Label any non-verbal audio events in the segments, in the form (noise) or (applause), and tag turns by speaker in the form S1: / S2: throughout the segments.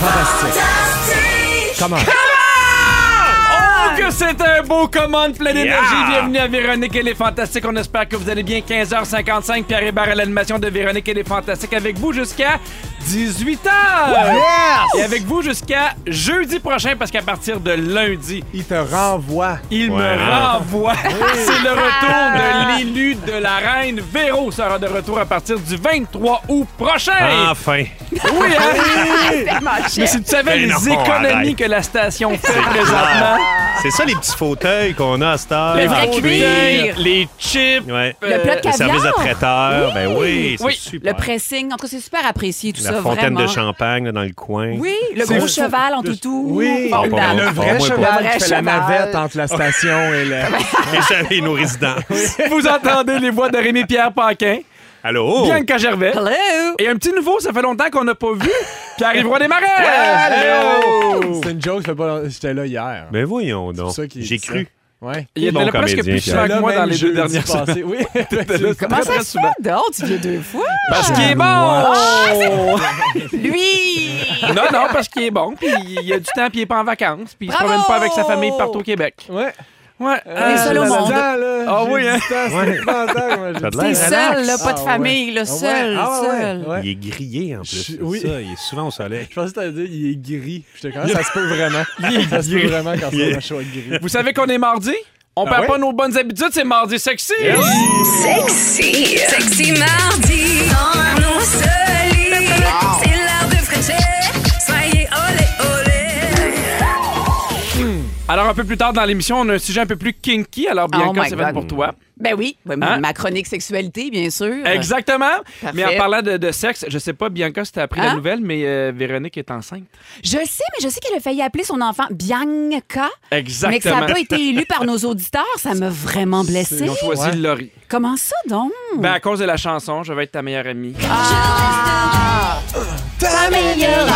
S1: Fantastique. Comment?
S2: Oh, que c'est un beau commande plein d'énergie.
S3: Yeah!
S2: Bienvenue à Véronique et les Fantastiques. On espère que vous allez bien. 15h55, Pierre Hébert à l'animation de Véronique et les Fantastiques avec vous jusqu'à 18h. Et avec vous jusqu'à jeudi prochain parce qu'à partir de lundi,
S1: Il te renvoie.
S2: il
S3: Ouais.
S2: me renvoie. (laughs) C'est le
S4: Ah.
S2: retour de l'élu de la reine. Véro sera de retour à partir du 23 août prochain.
S3: Enfin.
S2: Oui, (laughs) hein? Mais si tu savais
S3: Mais
S2: les
S3: non,
S2: économies
S3: arrête.
S2: que la station fait présentement.
S3: C'est ça les petits fauteuils qu'on a à cette heure.
S2: Les
S3: en
S2: vrais
S3: cuir.
S2: cuirs, les chips.
S3: Ouais.
S2: Le
S4: plat de
S3: Le service de
S4: caviar.
S3: traiteur.
S4: Oui.
S3: Ben oui, c'est
S2: Oui.
S4: Le
S3: super.
S4: pressing, en tout cas, c'est super apprécié, tout
S3: La
S4: ça,
S3: fontaine
S4: vraiment.
S3: de champagne là, dans le coin.
S4: Oui, le
S1: C'est
S4: gros
S1: juste-
S4: cheval en toutou. Oh, ben,
S1: Oui.
S3: Bon, bon,
S4: Formidable.
S3: bon.
S1: Le vrai
S3: Ah, moi,
S1: cheval
S4: pas.
S1: qui fait
S4: Le vrai
S1: la navette
S4: cheval.
S1: entre la station et (laughs) le...
S3: (laughs) Et ça, et nos résidents.
S2: (laughs) Vous entendez les voix de Rémi-Pierre Paquin,
S3: Allô?
S2: Bianca Gervais.
S4: Hello!
S2: Et un petit nouveau, ça fait longtemps qu'on n'a pas vu, Pierre-Yves des Marais. Hello!
S1: C'est une joke, ça fait pas longtemps- j'étais là hier.
S3: Mais Ben voyons
S1: C'est
S3: donc.
S1: ça qu'il
S3: J'ai
S1: dit
S3: cru.
S1: ça. Ouais.
S2: Il était
S3: bon
S2: là presque
S3: comédien,
S2: plus souvent que
S1: Là,
S2: moi dans
S1: même
S2: les deux
S1: jeudi
S2: dernières semaines.
S1: passé. (laughs) Oui,
S4: Comment Ah, ça
S2: très
S4: se Ah,
S2: souvent.
S4: fait? Dehors, tu viens deux fois.
S2: Parce qu'il est bon!
S4: Lui!
S2: non, non, parce qu'il est bon, puis il a du temps, puis il est pas en vacances, puis il se
S4: Bravo!
S2: promène pas avec sa famille partout au Québec.
S1: ouais. Ah,
S2: Ouais. euh,
S4: est seul au
S1: j'ai
S4: monde.
S1: du temps, là.
S2: Ah
S1: J'ai
S2: oui,
S1: du
S2: hein?
S1: temps, ça fait longtemps que moi, j'ai-
S3: Ça a de
S4: T'es
S3: l'air
S4: seul, là, pas
S1: Ah,
S4: de
S1: ouais.
S4: famille, là,
S1: Ah, ouais.
S4: seul,
S1: Ah, ouais,
S4: seul.
S1: ouais.
S3: Il est grillé en plus.
S1: Je- oui.
S3: C'est ça, il est souvent au soleil.
S1: Je pensais que t'allais dire il est gris. J'étais quand même, ça se peut (laughs) vraiment. Ça se peut vraiment quand c'est un show avec gris.
S2: Vous savez qu'on est mardi? On perd
S1: ouais?
S2: pas nos bonnes habitudes, c'est mardi sexy!
S5: Sexy. Sexy mardi. Dans nos solides. C'est l'heure de Frencher. Soyez olé olé.
S2: Alors, un peu plus tard dans l'émission, on a un sujet un peu plus kinky. Alors,
S4: Oh
S2: Bianca,
S4: my
S2: c'est fait
S4: God.
S2: pour
S4: (laughs)
S2: toi.
S4: Ben oui, Ouais,
S2: Hein?
S4: ma chronique sexualité, bien sûr.
S2: Exactement.
S4: Parfait.
S2: Mais en parlant de, de sexe, je sais pas, Bianca, si t'as appris la
S4: Hein?
S2: nouvelle, mais euh, Véronique est enceinte.
S4: Je sais, mais je sais qu'elle a failli appeler son enfant Bianca, mais que ça
S2: Exactement.
S4: n'a pas été élu par nos auditeurs. Ça m'a vraiment blessée.
S2: Ils ont choisi
S1: Ouais.
S2: Laurie.
S4: Comment ça, donc?
S2: Ben, à cause de la chanson, je vais être ta meilleure amie.
S4: Ah.
S1: Ta meilleure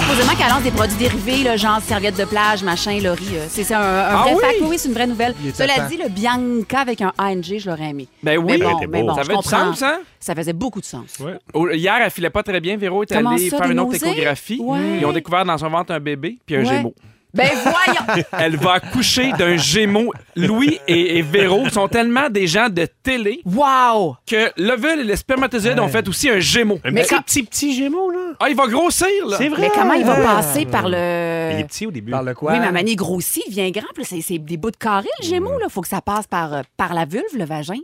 S4: Supposément qu'elle lance des produits dérivés, là, genre serviettes de plage, machin, Laurie. euh, c'est c'est un, un
S2: Ah
S4: vrai
S2: oui?
S4: fact. Oui, oui, c'est une vraie nouvelle.
S1: Il était
S4: Cela
S1: temps.
S4: dit, le Bianca avec un ANG, je l'aurais aimé.
S2: Ben oui.
S4: mais
S3: Ça
S4: bon,
S3: aurait été
S4: mais
S3: beau.
S4: bon,
S2: Ça
S4: je
S2: avait du
S4: comprends.
S2: sens, hein? ça?
S4: Ça faisait beaucoup de sens.
S2: Oh, Hier, elle filait pas très bien. Véro est
S4: Comment
S2: allée
S4: ça,
S2: faire
S4: des
S2: une autre
S4: nausées?
S2: échographie.
S4: Ouais.
S2: Ils ont découvert dans son ventre un bébé puis un
S4: Ouais.
S2: gémeau.
S4: Ben
S3: (laughs)
S4: voyons!
S2: Elle va accoucher
S4: (laughs)
S2: d'un gémeau. Louis et, et Véro sont tellement des gens de télé
S4: Wow!
S2: que l'ovule et le spermatozoïde ont fait aussi un gémeau.
S3: Un
S4: Mais
S3: petit,
S4: quand- Euh,
S3: petit, petit gémeau, là.
S2: Ah, il va grossir, là!
S3: vrai.
S4: Mais comment il va passer par le...
S3: Il est petit au début.
S1: Par le quoi?
S4: Oui, ma manie grossit, il vient grand. puis là, C'est c'est des bouts de carré, le gémeaux.
S3: Mm.
S4: Il faut que ça passe par, euh, par la vulve, le vagin.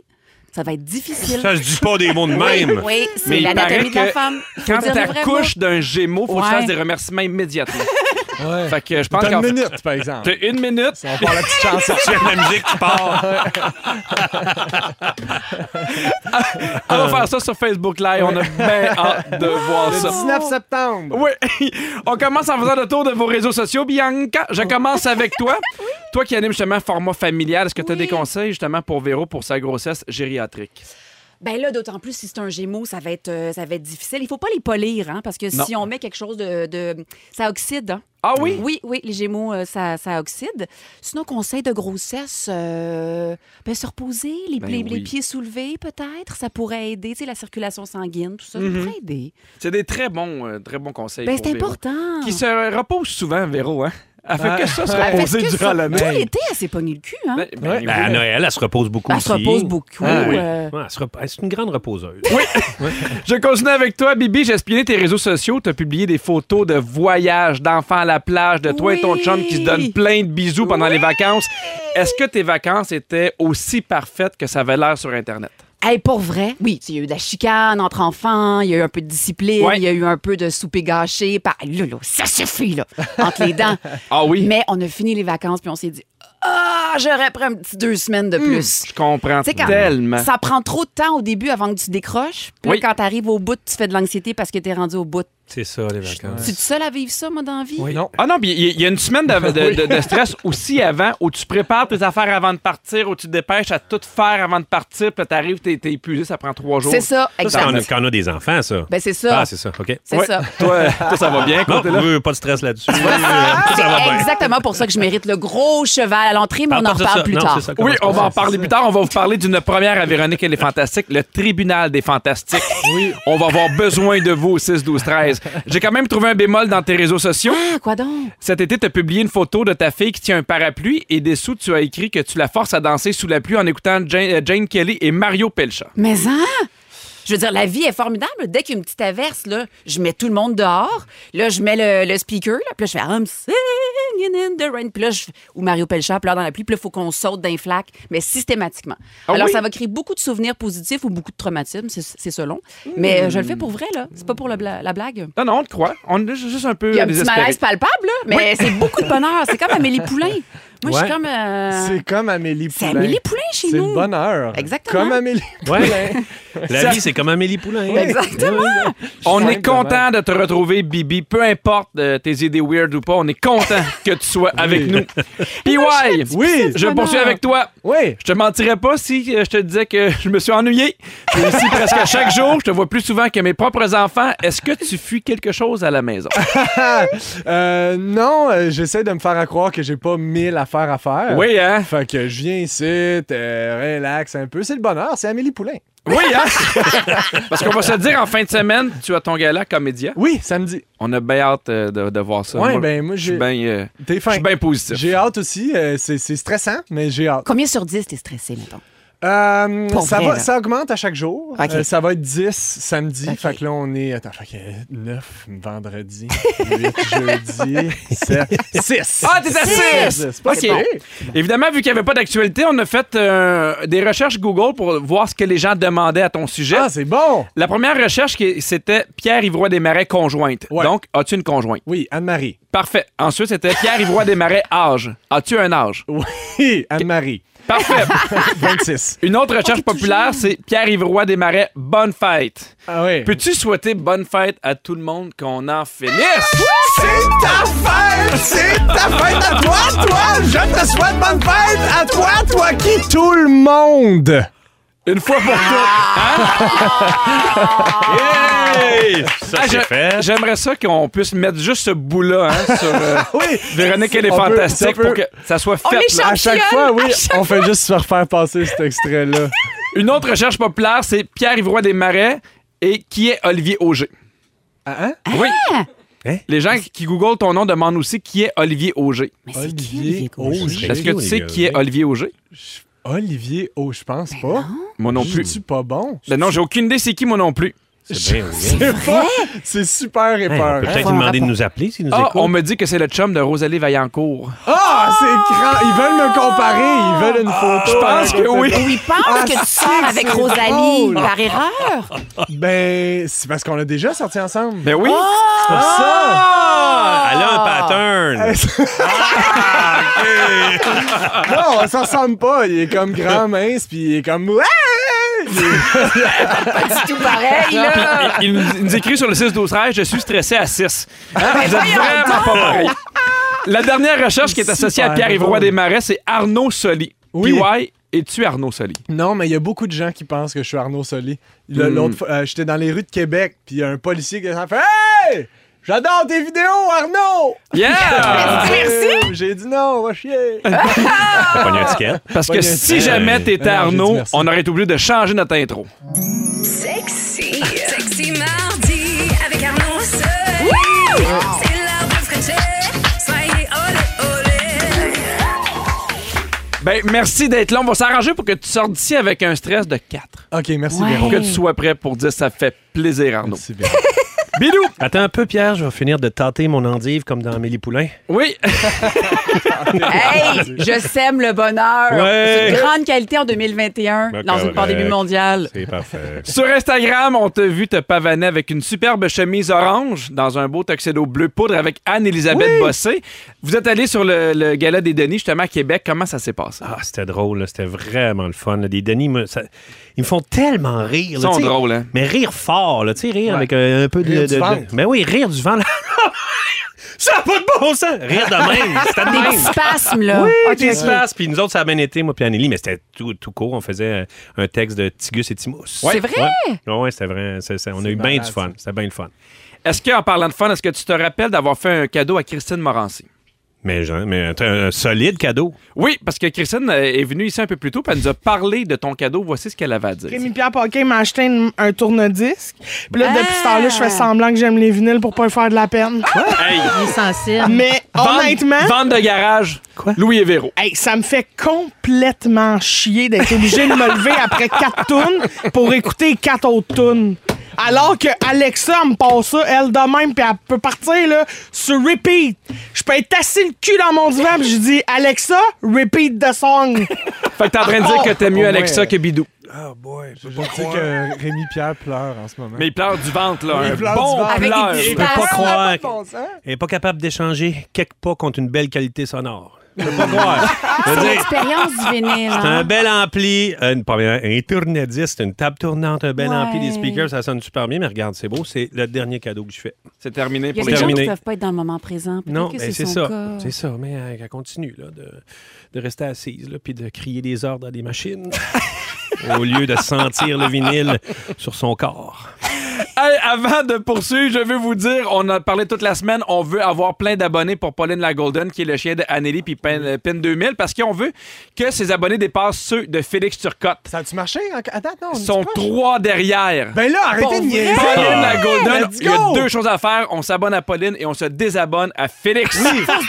S4: Ça va être difficile.
S3: Ça, je dis pas des mots de même.
S4: Oui,
S2: Mais
S4: c'est
S2: il
S4: l'anatomie de
S2: paraît
S4: la
S2: que
S4: femme. Faut
S2: Quand
S4: dire les vrais mots.
S2: t'accouches d'un gémeau, faut que tu
S4: Ouais.
S2: fasses des remerciements immédiatement.
S1: Ouais.
S2: fait que je pense
S1: T'as
S2: qu'en
S1: une
S2: fait-
S1: minute, par exemple.
S2: T'as une minute.
S1: On parle la petite chanson.
S3: Tu aimes la musique qui
S4: Ah,
S3: part.
S2: (laughs) On va faire ça sur Facebook Live. On a bien hâte de voir
S1: Le
S2: ça.
S1: 19 septembre.
S2: Oui, (laughs) on commence en faisant le tour de vos réseaux sociaux. Bianca, je
S4: Oh.
S2: commence avec
S4: (laughs)
S2: toi. Toi qui anime justement format familial, est-ce que tu as
S4: Oui.
S2: des conseils justement pour Véro pour sa grossesse gériatrique?
S4: Ben là, d'autant plus si c'est un gémeau, ça va être, euh, ça va être difficile. Il faut pas les polir, hein, parce que
S2: Non.
S4: si on met quelque chose de... de- ça oxyde, hein.
S2: Ah oui?
S4: Oui, oui, les gémeaux, euh, ça, ça oxyde. Sinon, conseil de grossesse, euh, ben, se reposer, les,
S2: Ben
S4: les-
S2: oui.
S4: les pieds soulevés peut-être, ça pourrait aider, tu sais, la circulation sanguine, tout ça, ça pourrait aider.
S2: C'est des très bons, euh, très bons conseils.
S4: Ben,
S2: Mm-hmm. pour
S4: c'est
S2: Véro.
S4: important.
S2: Qui se repose souvent, Véro, hein? Elle fait que ça se
S4: Elle fait
S2: reposer
S4: que
S2: durant
S4: ça.
S2: l'année.
S4: Tout l'été, elle s'est pognée le cul, hein?
S2: Ben, ben,
S1: Ouais.
S2: oui.
S3: Ben, à Noël, elle se repose
S2: Ben,
S3: beaucoup
S4: elle
S3: aussi.
S4: se repose beaucoup.
S3: Ah, oui.
S4: euh,
S3: Ouais, elle se rep- elle, C'est une grande reposeuse.
S2: Je continue avec toi, Bibi. J'ai espionné tes réseaux sociaux. T'as publié des photos de voyages, d'enfants à la plage, de toi et ton
S4: Oui.
S2: chum qui se donnent plein de bisous pendant les vacances. Est-ce que tes vacances étaient aussi parfaites que ça avait l'air sur Internet?
S4: Hey, pour vrai, oui, il y a eu de la chicane entre enfants, il y a eu un peu de discipline,
S2: Ouais.
S4: il y a eu un peu de souper gâché. Par... Là, là, ça suffit, là, entre
S3: (laughs)
S4: les dents.
S2: Ah oui?
S4: Mais on a fini les vacances, puis on s'est dit, ah, j'aurais pris un petit deux semaines
S3: Hmm.
S4: de plus.
S2: Je comprends
S4: Tu sais, quand
S2: tellement.
S4: ça prend trop de temps au début avant que tu décroches. Puis là,
S2: Oui.
S4: quand t'arrives au bout, tu fais de l'anxiété parce que t'es rendu au bout.
S3: C'est ça, les vacances.
S4: Tu es seul à vivre ça, moi, dans la vie?
S2: Non. Ah non, puis il y- il y, a une semaine de, de- de- de stress aussi avant où tu prépares tes affaires avant de partir, où tu te dépêches à tout faire avant de partir, puis là, t'arrives, t'es, t'es épuisé, ça prend trois jours.
S4: C'est ça,
S3: Ça, c'est
S4: exact.
S3: quand on a- quand on a des enfants, ça.
S4: Ben, c'est ça.
S3: Ah, c'est (laughs) ça, OK.
S4: c'est
S2: Ouais.
S4: ça.
S2: (laughs) Toi, toi, ça va bien,
S3: Non,
S2: côté-là?
S3: euh, pas de stress (laughs) là-dessus. Euh, ça va bien.
S4: Exactement pour ça que je mérite le gros cheval à l'entrée, mais on en
S3: Parle pas de
S4: reparle
S3: ça.
S4: plus
S3: Non,
S4: tard.
S3: c'est ça, comment
S2: Oui,
S3: ça
S2: on
S3: se
S2: va en
S3: passe?
S2: parler plus tard. On va vous parler d'une première à Véronique et les Fantastiques, le tribunal des Fantastiques. Oui. On va avoir besoin de vous au 6, 12, 13. J'ai quand même trouvé un bémol dans tes réseaux sociaux.
S4: Ah, quoi donc?
S2: Cet été, tu as publié une photo de ta fille qui tient un parapluie et dessous, tu as écrit que tu la forces à danser sous la pluie en écoutant Jane, euh, Jane Kelly et Mario Pelcha.
S4: Mais hein? Je veux dire, la vie est formidable. Dès qu'il y a une petite averse, là, je mets tout le monde dehors. Là, je mets le, le speaker, là, puis là, je fais I'm singing in the rain. Puis là, je- ou Mario Pelcha pleure dans la pluie, puis là, il faut qu'on saute d'un flac, mais systématiquement.
S2: Ah
S4: Alors,
S2: oui?
S4: ça va créer beaucoup de souvenirs positifs ou beaucoup de traumatismes, c'est c'est selon.
S2: Mmh.
S4: Mais euh, je le fais pour vrai, là. C'est pas pour le bla- la blague.
S2: Non, non, on te croit. On est juste un peu
S4: Il y a un petit
S2: désespéré.
S4: malaise palpable, là, mais c'est beaucoup de bonheur. C'est comme Amélie Poulain. Moi, je suis
S3: Ouais.
S4: comme. euh,
S6: C'est comme Amélie
S4: C'est
S6: Poulain.
S2: ben,
S4: Amélie Poulain chez
S6: C'est
S4: nous.
S6: le bonheur.
S4: Exactement.
S6: Comme Amélie
S3: Ouais.
S2: Ça-
S3: La vie, c'est comme Amélie Poulain.
S4: Exactement.
S2: On est
S6: Simplement.
S2: content de te retrouver, Bibi. Peu importe euh, tes idées weird ou pas, on est
S4: (laughs)
S2: content que tu sois avec nous. PY,
S6: Oui.
S2: je
S4: bonheur.
S2: poursuis avec toi.
S6: Oui.
S2: Je te mentirais pas si euh, je te disais que je me suis ennuyé. Je suis ici presque à chaque jour. Je te vois plus souvent que mes propres enfants. Est-ce que tu fuis quelque chose à la
S6: (laughs)
S2: maison?
S6: Euh, non, euh, j'essaie de me faire à croire que j'ai pas mille affaires à faire.
S2: Oui, hein?
S6: Fait que je viens ici, euh, relax un peu. C'est le bonheur, c'est Amélie Poulain.
S2: Oui, hein? (laughs) Parce qu'on va se dire, en fin de semaine, tu as ton gala comédien.
S6: Oui, samedi.
S2: On a bien hâte euh, de, de voir ça.
S6: Ouais,
S2: Moi,
S6: ben moi
S2: je suis
S6: j'ai.
S2: bien euh,
S6: T'es
S2: je
S6: fin.
S2: suis bien positif.
S6: J'ai hâte aussi. euh, c'est c'est stressant, mais j'ai hâte.
S4: Combien sur 10 t'es stressé, mettons?
S6: Euh,
S4: Pour
S6: ça,
S4: vrai,
S6: va,
S4: là.
S6: ça augmente à chaque jour.
S4: Ok.
S6: Euh, ça va être 10 samedi.
S4: Ok.
S6: Fait que là, on est. Attends, fait que 9 vendredi, 8 jeudi, 7, 6.
S2: Ah, t'es à
S6: Six.
S2: six!
S6: C'est pas
S2: Ok.
S6: si pire.
S2: Évidemment, vu qu'il n'y avait pas d'actualité, on a fait euh, des recherches Google pour voir ce que les gens demandaient à ton sujet.
S6: Ah, c'est bon!
S2: La première recherche, qui- c'était Pierre Ivroy Desmarais conjointe.
S6: Ouais.
S2: Donc, as-tu une conjointe?
S6: Oui, Anne-Marie.
S2: Parfait. Ensuite, c'était Pierre Ivroy Desmarais âge. As-tu un âge?
S6: Oui, Anne-Marie.
S2: Parfait.
S6: (laughs) 26.
S2: Une autre recherche populaire, c'est Pierre Ivroy Desmarais bonne fête.
S6: Ah oui.
S2: Peux-tu souhaiter bonne fête à tout le monde qu'on en finisse?
S6: C'est ta fête! C'est ta fête à toi, toi! Je te souhaite bonne fête à toi, toi qui? Tout le monde!
S2: Une fois pour toutes.
S3: Hey! Ça,
S2: Ah,
S3: c'est
S2: je-
S3: fait.
S2: J'aimerais ça qu'on puisse mettre juste ce bout-là hein, sur euh,
S6: Oui!
S2: Véronique, elle est
S6: On peut-
S2: fantastique
S6: ça peut-
S2: pour que ça soit fait.
S4: les
S2: là.
S6: À chaque fois, oui,
S4: À chaque
S6: on fait juste se refaire passer cet extrait-là.
S2: Une autre recherche populaire, c'est Pierre Ivroy Desmarais et qui est Olivier Auger.
S6: Ah, hein?
S2: Oui.
S3: Hein?
S2: Les gens qui googlent ton nom demandent aussi qui est Olivier Auger.
S4: Mais c'est qui,
S6: Olivier
S4: Olivier Gaucher?
S6: Ben Auger.
S2: Est-ce que tu sais
S3: Olivier
S2: qui est
S3: Auger.
S2: Olivier Auger?
S6: Olivier, oh, je pense
S4: Ben
S6: pas.
S2: Moi non plus.
S6: C'est pas bon.
S2: Ben non, j'ai aucune idée c'est qui, moi non plus.
S3: C'est bien, oui.
S6: C'est pas. C'est super
S3: Hey, on
S6: épeur.
S3: peut
S6: hein?
S3: peut-être lui demander de nous appeler s'il nous
S2: Ah,
S3: écoute.
S2: on me dit que c'est le chum de Rosalie Vaillancourt.
S6: Ah,
S4: Oh!
S6: c'est grand. Ils veulent me comparer. Ils veulent une photo.
S2: Je pense que oui.
S4: Oui, pense
S6: Ah,
S4: que tu
S6: c'est-
S4: sors avec
S6: c'est
S4: Rosalie
S6: drôle.
S4: par erreur.
S6: Ben, c'est parce qu'on a déjà sorti ensemble. Ah!
S2: Ben oui.
S6: Pour ça.
S3: Ah, Elle a un
S4: Ah,
S3: pattern.
S2: Ah,
S3: (laughs)
S6: Non, on s'en Ah, ressemble pas. Il est comme grand, mince, puis il est comme. Ouais!
S4: C'est tout
S3: (laughs)
S4: pareil, là.
S2: Il, il nous, il nous écrit sur le 6 12 13 je suis stressé à 6. vous êtes vraiment pas pareil. La dernière recherche qui est associée à
S6: Super
S2: Pierre Ivroy
S6: drôle.
S2: Desmarais, c'est Arnaud Soli.
S6: Oui.
S2: PY, es-tu Arnaud Soli?
S6: Non, mais il y a beaucoup de gens qui pensent que je suis Arnaud Solé. Là,
S2: Mm.
S6: L'autre, fois, euh, j'étais dans les rues de Québec, puis il y a un policier qui a fait Hey! J'adore tes vidéos, Arnaud!
S2: Yeah!
S6: Merci! J'ai dit non, va chier!
S3: T'as pas une étiquette.
S2: Parce que
S6: Ouais,
S2: si
S6: mais-
S2: jamais t'étais
S6: Non, non, j'ai dit
S2: Arnaud,
S6: merci.
S2: on aurait été obligé de changer notre intro.
S5: Sexy. Sexy mardi avec Arnaud Soli. C'est l'heure de Frencher. Soyez olé olé.
S2: Ben, merci d'être là. On va s'arranger pour que tu sortes d'ici avec un stress de 4.
S6: Ok, merci,
S4: Ouais.
S6: Véro.
S2: Pour que tu sois prêt pour dire ça fait plaisir, Arnaud.
S6: Merci, Véro.
S2: Bilou!
S3: Attends un peu, Pierre, je vais finir de tâter mon endive comme dans Amélie Poulain.
S2: Oui! (laughs)
S4: Hey, je sème le bonheur.
S3: Ouais.
S4: C'est une grande qualité en 2021
S3: Ben,
S4: dans une
S3: correct.
S4: pandémie mondiale.
S3: C'est parfait.
S2: Sur Instagram, on t'a vu te pavaner avec une superbe chemise orange dans un beau tuxedo bleu poudre avec Anne-Élisabeth Bossé. Vous êtes allé sur le, le gala des Denis, justement, à Québec. Comment ça s'est passé?
S3: Ah, c'était drôle, là. c'était vraiment le fun. là. Des Denis, me- ça- ils me font tellement rire.
S2: Ils
S3: là,
S2: sont
S3: tu sais.
S2: drôles, hein?
S3: Mais rire fort, là, tu sais, rire avec euh, un peu de,
S6: Rire
S1: du ventre.
S3: Mais oui, rire du vent. (laughs) ça n'a pas de bon sens. Rire de même. C'était de
S4: Des
S3: même.
S4: petits spasmes, là.
S3: Oui,
S4: Ok,
S3: des
S4: ok.
S3: espaces. Puis nous autres, ça a bien été, moi puis Anneli, mais c'était tout, tout court. On faisait euh, un un texte de Tigus et Timus.
S4: C'est vrai?
S3: Ouais, Ouais, c'était vrai. C'est- c'est- on a eu bien du fun. C'était bien le fun.
S2: Est-ce qu'en parlant de fun, est-ce que tu te rappelles d'avoir fait un cadeau à Christine Morancy?
S3: Mais, genre, mais t'as un, un solide cadeau.
S2: Oui, parce que Christine euh, est venue ici un peu plus tôt, puis elle nous a parlé de ton cadeau. Voici ce qu'elle avait à dire.
S7: Rémi-Pierre Paquin m'a acheté une- un tourne-disque. Puis là, depuis ce temps-là, je
S8: Ah!
S7: fais semblant que j'aime les vinyles pour pas lui faire de la peine.
S9: Il est sensible.
S7: Mais
S2: Vente-
S7: honnêtement,
S2: Vente de garage, Louis et Véro.
S7: hey, ça me fait complètement chier d'être obligé de me lever après quatre tunes pour écouter quatre autres tunes. Alors que Alexa elle me passe ça, elle de même, puis elle peut partir là, sur repeat. Je peux être assis le cul dans mon divan, puis je dis Alexa, repeat the song.
S2: Fait que t'es en train de dire que t'aimes mieux
S1: Oh,
S2: Alexa
S1: ouais.
S2: que Bidou.
S1: Oh boy, je peux pas dire que Rémi Pierre pleure en ce moment.
S2: Mais il pleure du ventre, là. Un
S1: pleure
S2: bon
S1: du ventre.
S4: Avec
S2: pleur.
S4: des petits
S3: Je peux pas
S4: spasmes.
S3: croire.
S7: sens.
S3: Elle est pas capable d'échanger quelques pas contre une belle qualité sonore. Je peux pas croire. Je veux
S4: C'est
S3: dire,
S4: l'expérience du vinyle.
S3: C'est un
S4: hein.
S3: bel ampli, euh, une première, un tourne-disque, une table tournante, un bel
S4: Ouais.
S3: ampli, des speakers, ça sonne super bien, mais regarde, c'est beau, c'est le dernier cadeau que je fais.
S2: C'est terminé
S4: Il y a
S2: pour
S4: des
S3: C'est
S2: les
S4: gens qui
S3: terminé.
S4: ne peuvent pas être dans le moment présent. Peut-être
S3: Non,
S4: que
S3: mais
S4: c'est
S3: c'est
S4: son
S3: ça.
S4: cas.
S3: C'est ça, mais euh, elle continue là, de, de rester assise, là, puis de crier des ordres à des (laughs) machines, au lieu de sentir le vinyle sur son corps.
S2: Hey, avant de poursuivre, je veux vous dire, on a parlé toute la semaine, on veut avoir plein d'abonnés pour Pauline la Golden, qui est le chien d'Anneli puis Pin, Pin 2000, parce qu'on veut que ses abonnés dépassent ceux de Félix Turcotte.
S1: Ça a-tu marché? en- Attends, non. on
S2: Ils
S1: est-tu
S2: sont
S1: proche?
S2: trois derrière.
S1: Ben là, arrêtez de niaiser.
S2: Pauline la Golden,
S1: let's
S2: il y a
S1: go.
S2: deux choses à faire. On s'abonne à Pauline et on se désabonne à Félix. Nous,
S4: Ah,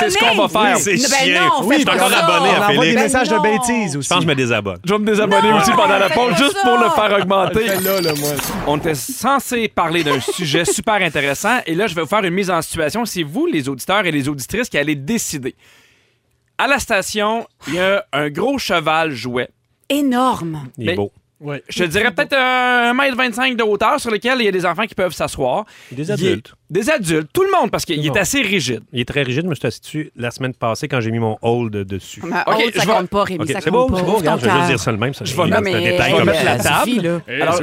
S2: c'est ce qu'on va faire.
S3: c'est
S4: Ben
S3: chien.
S4: non,
S3: Oui,
S4: faites
S3: je suis
S4: pas
S3: encore
S4: ça.
S3: abonné
S1: On
S3: à
S1: envoie des
S3: Félix.
S1: messages de
S4: non.
S1: bêtises
S3: Je
S1: aussi.
S3: pense que je me désabonne.
S2: Je vais me désabonner aussi pendant la
S4: faites
S2: pause,
S4: pas
S2: juste
S4: ça.
S2: pour le faire augmenter.
S1: Là, là, moi.
S2: On était censé parler d'un sujet (laughs) super intéressant et là, je vais vous faire une mise en situation. C'est vous, les auditeurs et les auditrices, qui allez décider. À la station, il y a un gros cheval jouet.
S4: Énorme.
S3: Il est
S2: Mais-
S3: beau.
S2: Je te dirais peut-être 1m25 de hauteur sur lequel il y a des enfants qui peuvent s'asseoir.
S3: Des
S2: Il est-
S3: adultes.
S2: Des adultes, tout le monde, parce qu'il
S3: monde.
S2: est assez rigide.
S3: Il est très rigide, mais je suis assis dessus la semaine passée quand j'ai mis mon hold dessus.
S4: Ma
S2: Ok,
S4: honte, ça
S2: je vais-
S4: compte pas, Rémi.
S3: Ok,
S4: ça
S3: c'est
S4: compte
S3: beau,
S4: pas.
S3: c'est beau,
S4: Ouvre
S3: regarde,
S4: ton
S3: je vais
S4: cœur.
S3: juste dire ça le même. Ça,
S2: Je vais-
S4: Non,
S2: Non,
S3: c'est un
S4: mais
S3: détail
S4: je vais
S3: comme
S4: mettre
S3: ça. Eh,
S4: la table. là.
S2: Alors,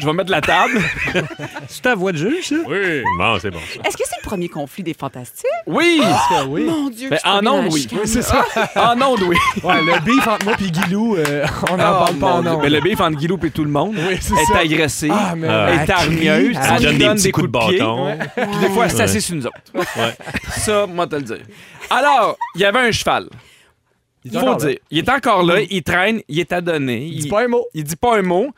S2: je vais mettre la table.
S3: C'est ta voix de juge, ça? Oui. Bon, c'est bon.
S4: Est-ce que c'est le premier conflit des fantastiques?
S2: Oui!
S1: oui.
S4: Mon Dieu,
S3: Ben,
S2: Mais
S4: que je suis
S2: en
S4: tombée dans la
S2: ondes, oui.
S4: chicane.
S1: c'est ça.
S2: En ondes, oui.
S1: Ouais, le beef entre moi pis Guilou, euh, on n'en
S2: Ah,
S1: parle pas en
S2: mon Dieu.
S1: ondes.
S2: Mais le bif entre Guilou et tout le monde
S1: Oui, c'est
S2: est
S1: ça.
S2: agressé,
S1: Ah, mais ouais.
S2: est
S1: Elle crie,
S2: hargneuse,
S1: elle
S3: donne
S2: elle
S3: des petits coups de
S2: pied,
S3: bâton.
S2: Puis des fois, elle s'assied sur nous autres.
S3: Ouais.
S2: Ça, moi, te le dire. Alors, il y avait un cheval. Il faut
S1: encore
S2: dire.
S1: là.
S2: Il est encore là, il traîne, il est adonné.
S1: Dis pas un mot.
S2: il dit pas un mot.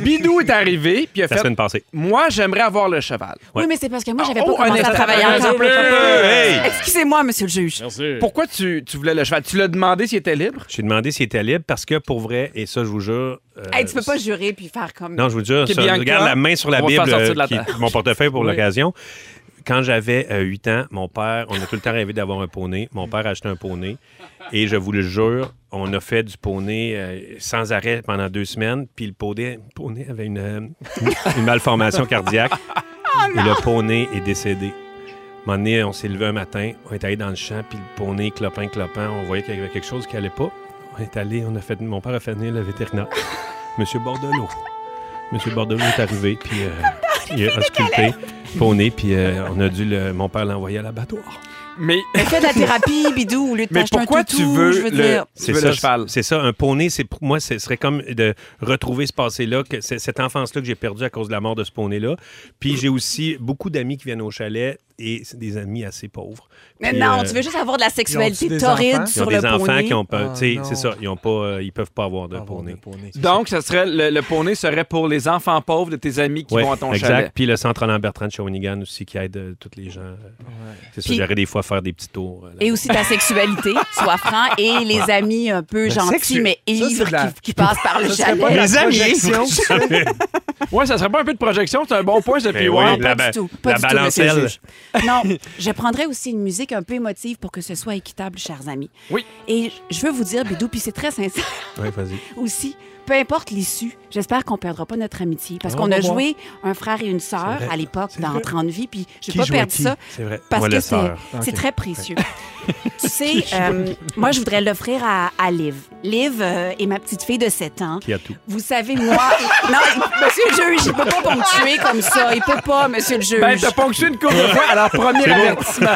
S2: Bidou est arrivé, puis il a
S3: La
S2: fait
S3: semaine passée.
S2: Moi, j'aimerais avoir le cheval.
S4: Oui, mais c'est parce que moi, j'avais
S2: Oh,
S4: pas
S2: un
S4: commencé à travailler
S2: instant,
S4: encore.
S2: s'il vous plaît. Hey!
S4: Excusez-moi, monsieur le juge.
S2: Pourquoi tu, tu voulais le cheval? Tu l'as demandé s'il était libre?
S3: J'ai demandé s'il était libre parce que pour vrai, et ça, je vous jure. euh,
S4: Hey, tu peux pas jurer puis faire comme.
S3: Non, je vous jure,
S2: Que
S3: ça,
S2: Bianca,
S3: regarde la main sur la
S2: on va
S3: Bible,
S2: faire sortir de la
S3: euh, qui est
S2: table.
S3: mon portefeuille pour
S2: Oui.
S3: l'occasion. Quand j'avais 8 ans, mon père, on a tout le temps rêvé d'avoir un poney. Mon père a acheté un poney. Et je vous le jure, on a fait du poney euh, sans arrêt pendant deux semaines. Puis le poney, le poney avait une, euh, une malformation cardiaque.
S2: Ah,
S3: et le poney est décédé. Un moment donné, on s'est levé un matin, on est allé dans le champ, puis le poney, clopin, clopin, on voyait qu'il y avait quelque chose qui allait pas. On est allé, on a fait, mon père a fait venir le vétérinaire. Monsieur Bordelot. Monsieur Bordelot est arrivé, puis euh, il a ausculté poney, puis euh, on a dû, le- mon père l'a envoyé à l'abattoir.
S2: Mais,
S4: (laughs) Fais de la thérapie, bidou, au lieu de
S2: mais
S4: t'acheter un
S2: pourquoi
S4: toutou,
S2: tu veux,
S4: je veux
S2: le,
S4: dire.
S2: tu veux le cheval?
S3: C'est ça, un poney, c'est pour moi, ce serait comme de retrouver ce passé-là, que c'est- cette enfance-là que j'ai perdue à cause de la mort de ce poney-là. Puis j'ai aussi beaucoup d'amis qui viennent au chalet et c'est des amis assez pauvres.
S4: Mais
S3: Puis,
S4: non,
S3: euh,
S4: tu veux juste avoir de la
S1: Ils
S4: sexualité
S1: ont-tu des enfants?
S4: torride
S3: Ils ont
S4: sur
S3: des
S4: le
S3: enfants
S4: poney.
S3: qui ont pas,
S1: Ah,
S3: tu sais,
S1: non.
S3: c'est ça, ils ont pas, euh, ils peuvent pas avoir de poney.
S2: Donc, ça serait le, le poney serait pour les enfants pauvres de tes amis qui
S3: Ouais,
S2: vont à ton
S3: exact.
S2: chalet.
S3: Puis le centre Alain Bertrand de Shawinigan aussi qui aide euh, toutes les gens. euh, C'est ça,
S4: Puis-
S3: j'aurais des fois faire des petits tours. euh, là-bas.
S4: Et aussi ta sexualité, sois franc, et les amis un peu gentils
S1: sexu-
S4: mais
S1: ça, c'est
S4: ivres
S1: de la-
S4: qui, qui passent par le
S1: Ça serait pas
S4: chalet.
S1: de la
S3: Les amis.
S2: (laughs)
S1: projection.
S2: Ouais, ça serait pas un peu de projection, c'est un bon point, ce
S3: Mais
S2: PY.
S3: oui,
S4: Non,
S3: la
S4: pas
S3: ba-
S4: du tout. Pas
S3: la
S4: du tout, monsieur le
S3: balancelle.
S4: juge. Non, je prendrais aussi une musique un peu émotive pour que ce soit équitable, chers amis.
S2: Oui.
S4: Et je veux vous dire, Bidou, puis c'est très sincère
S3: Ouais, vas-y.
S4: aussi, peu importe l'issue, j'espère qu'on perdra pas notre amitié. Parce
S3: On
S4: qu'on
S3: va
S4: a
S3: voir.
S4: joué un frère et une sœur à l'époque dans 30 vies, puis je vais pas
S3: jouait
S4: perdre
S3: qui?
S4: ça.
S3: C'est vrai.
S4: Parce
S3: Moi,
S4: que
S3: la
S4: c'est
S3: sœur.
S4: c'est très précieux. (laughs) tu sais, euh, moi, je voudrais l'offrir à, à Liv. Liv euh, est ma petite fille de 7 ans.
S3: Qui a tout.
S4: Vous savez, moi... non, monsieur le juge, il peut pas ponctuer comme ça. Il peut pas, monsieur le juge.
S2: Ben, t'as ponctué une couple de fois à la première avertissement.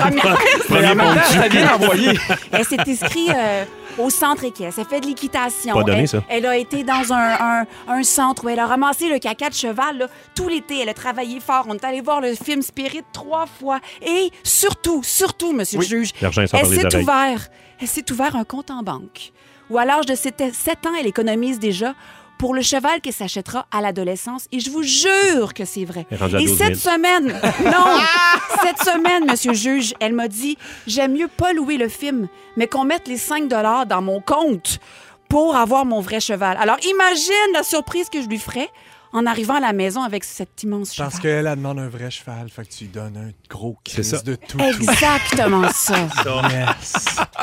S2: Mais en même temps,
S3: ponctue.
S2: t'as bien envoyé.
S4: (laughs) Elle s'est inscrite euh, au centre équestre. Elle fait de l'équitation.
S3: Pas donné,
S4: elle,
S3: ça.
S4: elle a été dans un, un- un centre où elle a ramassé le caca de cheval là, tout l'été. Elle a travaillé fort. On est allé voir le film Spirit trois fois. Et surtout, surtout, monsieur le juge,
S3: L'argent sort
S4: elle
S3: par les
S4: s'est
S3: oreilles.
S4: ouvert, elle s'est ouvert un compte en banque. Ou à l'âge de 7 sept ans, elle économise déjà pour le cheval qu'elle s'achètera à l'adolescence. Et je vous jure que c'est vrai.
S3: Elle est rendue à
S4: Et
S3: 12 000.
S4: cette semaine, non, (laughs) cette semaine, monsieur le juge, elle m'a dit J'aime mieux pas louer le film, mais qu'on mette les 5 dans mon compte pour avoir mon vrai cheval. Alors imagine la surprise que je lui ferais en arrivant à la maison avec cet immense cheval.
S6: Parce qu'elle, elle demande un vrai cheval, fait que tu lui donnes un gros
S3: C'est ça.
S6: kiss de tout.
S4: (laughs) Exactement ça.